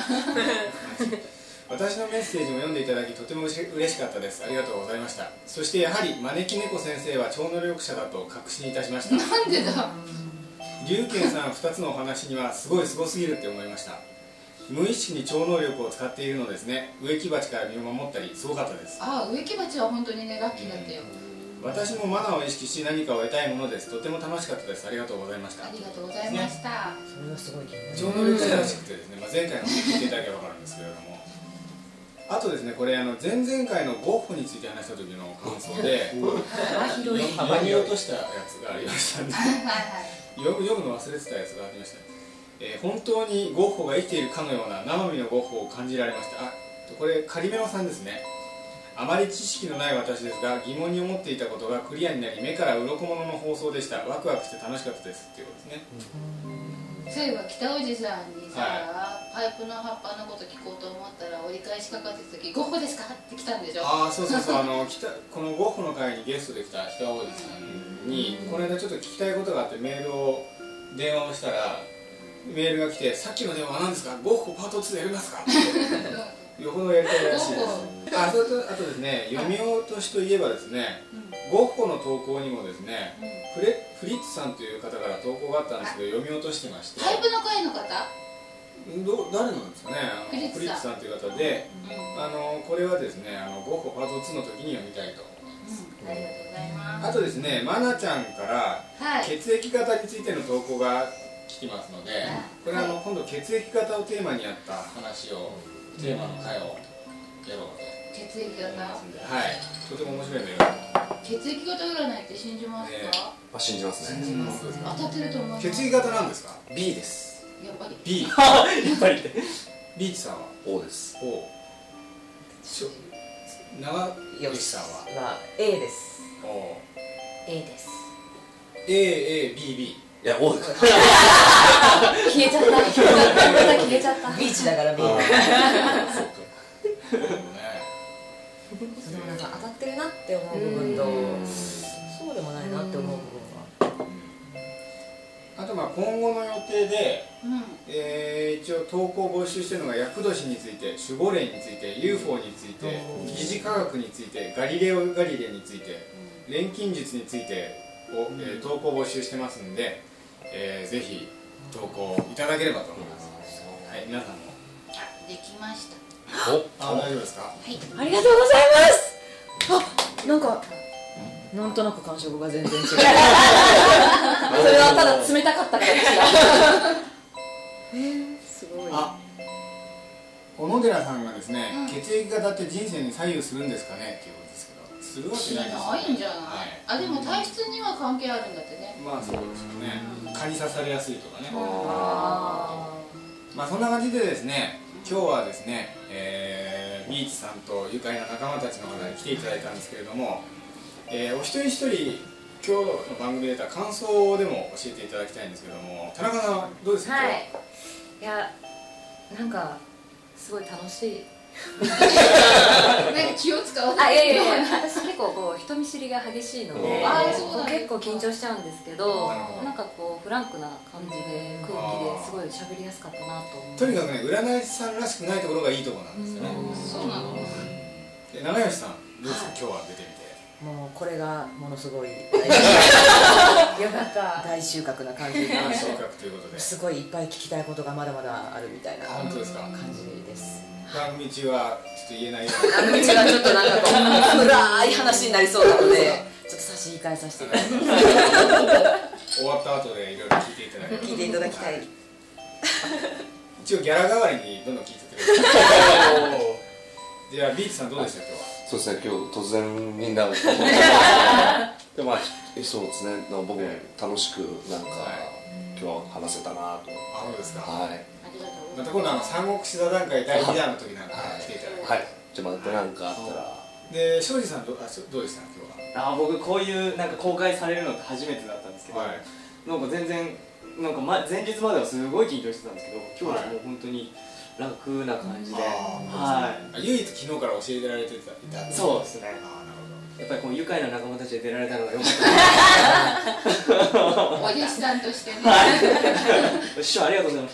Speaker 4: 私のメッセージも読んでいただきとても嬉しかったですありがとうございましたそしてやはり招き猫先生は超能力者だと確信いたしました
Speaker 3: なんでだ
Speaker 4: 龍拳さん2つのお話にはすごいすごすぎるって思いました無意識に超能力を使っているのですね植木鉢から身を守ったりすごかったです
Speaker 3: ああ植木鉢は本当にねラッキーだったよ
Speaker 4: 私もマナーを意識し何かを得たいものですとても楽しかったですありがとうございました
Speaker 3: ありがとうございました
Speaker 9: それはすごい気になる
Speaker 4: 超能力者らしくてですね、まあ、前回の聞いていただけば分かるんですけれどもあとですねこれあの前々回のゴッホについて話した時の感想で読み読み落としたやつがありましたんで
Speaker 3: はいはい
Speaker 4: 読む読むの忘れてたやつがありました、えー本当にゴッホが生きているかのような生身のゴッホを感じられましたあこれカリメロさんですねあまり知識のない私ですが疑問に思っていたことがクリアになり目から鱗物の放送でしたワクワクして楽しかったですっていうことですね
Speaker 3: そういえば北おじさんにさ、
Speaker 4: は
Speaker 3: パイプの葉っぱのこと聞こうと思ったら折り返しかかってきた時「ゴッホですか?」って来たんでしょ
Speaker 4: ああそうそうそうあの北このゴッホの会にゲストで来た北王子さんにこの間ちょっと聞きたいことがあってメールを電話をしたらメールが来て「さっきの電話は何ですかゴッホパート2やりますか?」ってよほどやりたいらしいで
Speaker 3: ゴッ
Speaker 4: すあそれとあとですね読み落としといえばですね
Speaker 3: うん
Speaker 4: ゴッホの投稿にもですね
Speaker 3: うん
Speaker 4: フレフリッツさんという方から投稿があったんですけど読み落としてまして
Speaker 3: パイプの会の方、
Speaker 4: ど誰なんですかねあの
Speaker 3: フリッツさん
Speaker 4: フリッツさんという方で
Speaker 3: うん
Speaker 4: あのこれはですねあのゴッホパート2の時に読みたいと
Speaker 3: ありがとうございます
Speaker 4: あとですね、まなちゃんから
Speaker 3: はい
Speaker 4: 血液型についての投稿が来てますので、これはあの、今度血液型をテーマにやった話をテーマの回をやろうと
Speaker 3: 血液
Speaker 4: 思いま
Speaker 3: 型
Speaker 4: すんで、はい、とても面白いメールだと思い
Speaker 3: 血液型占いって信じますか、
Speaker 4: ね
Speaker 5: まあ信じますね
Speaker 4: ます
Speaker 3: 当たってると思います
Speaker 4: 血液型なんですか？
Speaker 7: ョン B です
Speaker 3: やっぱり
Speaker 4: B、
Speaker 7: いっぱいいて
Speaker 4: ビーチさんは
Speaker 5: O です
Speaker 4: お、しょ長吉さんは
Speaker 9: は A です
Speaker 4: お、
Speaker 6: A です
Speaker 4: A A B B。
Speaker 5: いや O です
Speaker 8: 消えちゃった消えちゃったまた消えちゃった
Speaker 9: ビーチだから
Speaker 5: あ
Speaker 9: B
Speaker 5: ー
Speaker 4: そうね
Speaker 9: でもなんか当たってるなって思う部分とそうでもないなって思う部分は
Speaker 4: うんまあ今後の予定で、
Speaker 3: うん
Speaker 4: えー一応投稿を募集してるのが厄年について守護霊について UFO について疑似科学についてガリレオ・ガリレイについて錬金術についてを、えー投稿を募集してますんで、えーぜひ投稿いただければと思います、はい皆さんも
Speaker 3: あできました
Speaker 4: あ大丈夫ですか
Speaker 6: ありがとうございますあなんかなんとなく感触が全然違う それはただ冷たかったからですよえー、すごい
Speaker 4: あ小野寺さんがですね、血液型って人生に左右するんですかねっていうことですけどするわけ
Speaker 3: し
Speaker 4: な
Speaker 3: ない
Speaker 4: です
Speaker 3: いんじゃない、
Speaker 4: はい
Speaker 3: あでも体質には関係あるんだってね
Speaker 4: まあそうですよね蚊に刺されやすいとかね
Speaker 3: あ
Speaker 4: まあそんな感じでですね今日はですね、えービーチさんと愉快な仲間たちの方に来ていただいたんですけれども、えーお一人一人今日の番組で得た感想でも教えていただきたいんですけども田中さんはどうですか、
Speaker 8: はいいやなんかすごい楽しい
Speaker 3: ーなんか気を使わ
Speaker 8: あ
Speaker 3: ないい
Speaker 8: やいやいや私結構こう人見知りが激しいので
Speaker 3: あーそうなんだ
Speaker 8: 結構緊張しちゃうんですけど
Speaker 4: なるほど
Speaker 8: なんかこうフランクな感じで空気ですごい喋りやすかったなと思
Speaker 4: とにかくね占い師さんらしくないところがいいところなんですよね
Speaker 3: そうなの
Speaker 4: で長吉さんどうですか、今日は出てみて
Speaker 6: もうこれがものすごいう
Speaker 8: よかった
Speaker 6: 大収穫な感じ
Speaker 4: あ
Speaker 6: が
Speaker 4: 昇格ということです
Speaker 6: ごいいっぱい聞きたいことがまだまだあるみたいな
Speaker 4: 本
Speaker 6: 感
Speaker 4: 当ですか
Speaker 6: じです
Speaker 4: 番組中はちょっと言えないよ
Speaker 6: あのうちがちょっとなんかこう暗い話になりそうなのでちょっと差し控えさせていただきます
Speaker 4: 終わった後でいろいろ聞いていただければ
Speaker 6: 聞いていただきたい
Speaker 4: 一応ギャラ代わりにどんどん聞いてってくれるじゃあビーチさんどうでした今日は
Speaker 5: そうですね今日突然みんなでまあえそうですねなんか僕も楽しくなんか今日は話せたなと思って
Speaker 4: あそうですか
Speaker 5: はい
Speaker 3: ありがとうござ
Speaker 4: ま
Speaker 3: い
Speaker 4: た今度あの三国志座談会第2弾の時なんか来ていただいて、
Speaker 5: はいじゃあまた何かあったら
Speaker 4: で庄司さんどうあしょどうでした今日
Speaker 7: あー僕こういうなんか公開されるのって初めてだったんですけど、
Speaker 4: ははい
Speaker 7: なんか全然なんかま前日まではすごい緊張してたんですけど今日はもう本当に楽な感じで、はい
Speaker 4: あ唯一昨日から教えられてたいた
Speaker 7: そうですね
Speaker 4: あーなる
Speaker 7: やっぱりこの愉快な仲間たちで出られたのが良かっ
Speaker 3: ますお弟子さんとしてね、
Speaker 7: た師匠ありがとうござい ま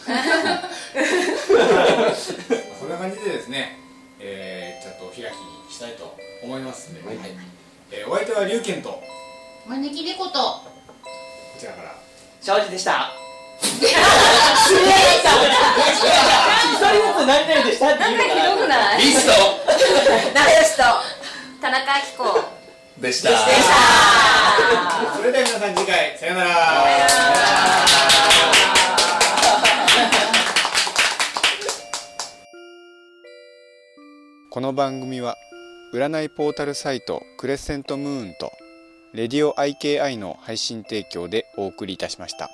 Speaker 7: した
Speaker 4: ほどそんな感じでですねえー、ちょっとお開きにしたいと思いますんで、はいえーお相手は龍賢とこ
Speaker 3: 招き猫と
Speaker 4: ちらから
Speaker 7: 庄司でした 一人ずつ何々でしたって言う
Speaker 8: なんかひどくない
Speaker 11: リスト
Speaker 6: 仲良しと
Speaker 8: 田中明子
Speaker 11: でした
Speaker 4: それでは皆さん次回さようならこの番組は占いポータルサイトクレッセントムーンとレディオ IKI の配信提供でお送りいたしました。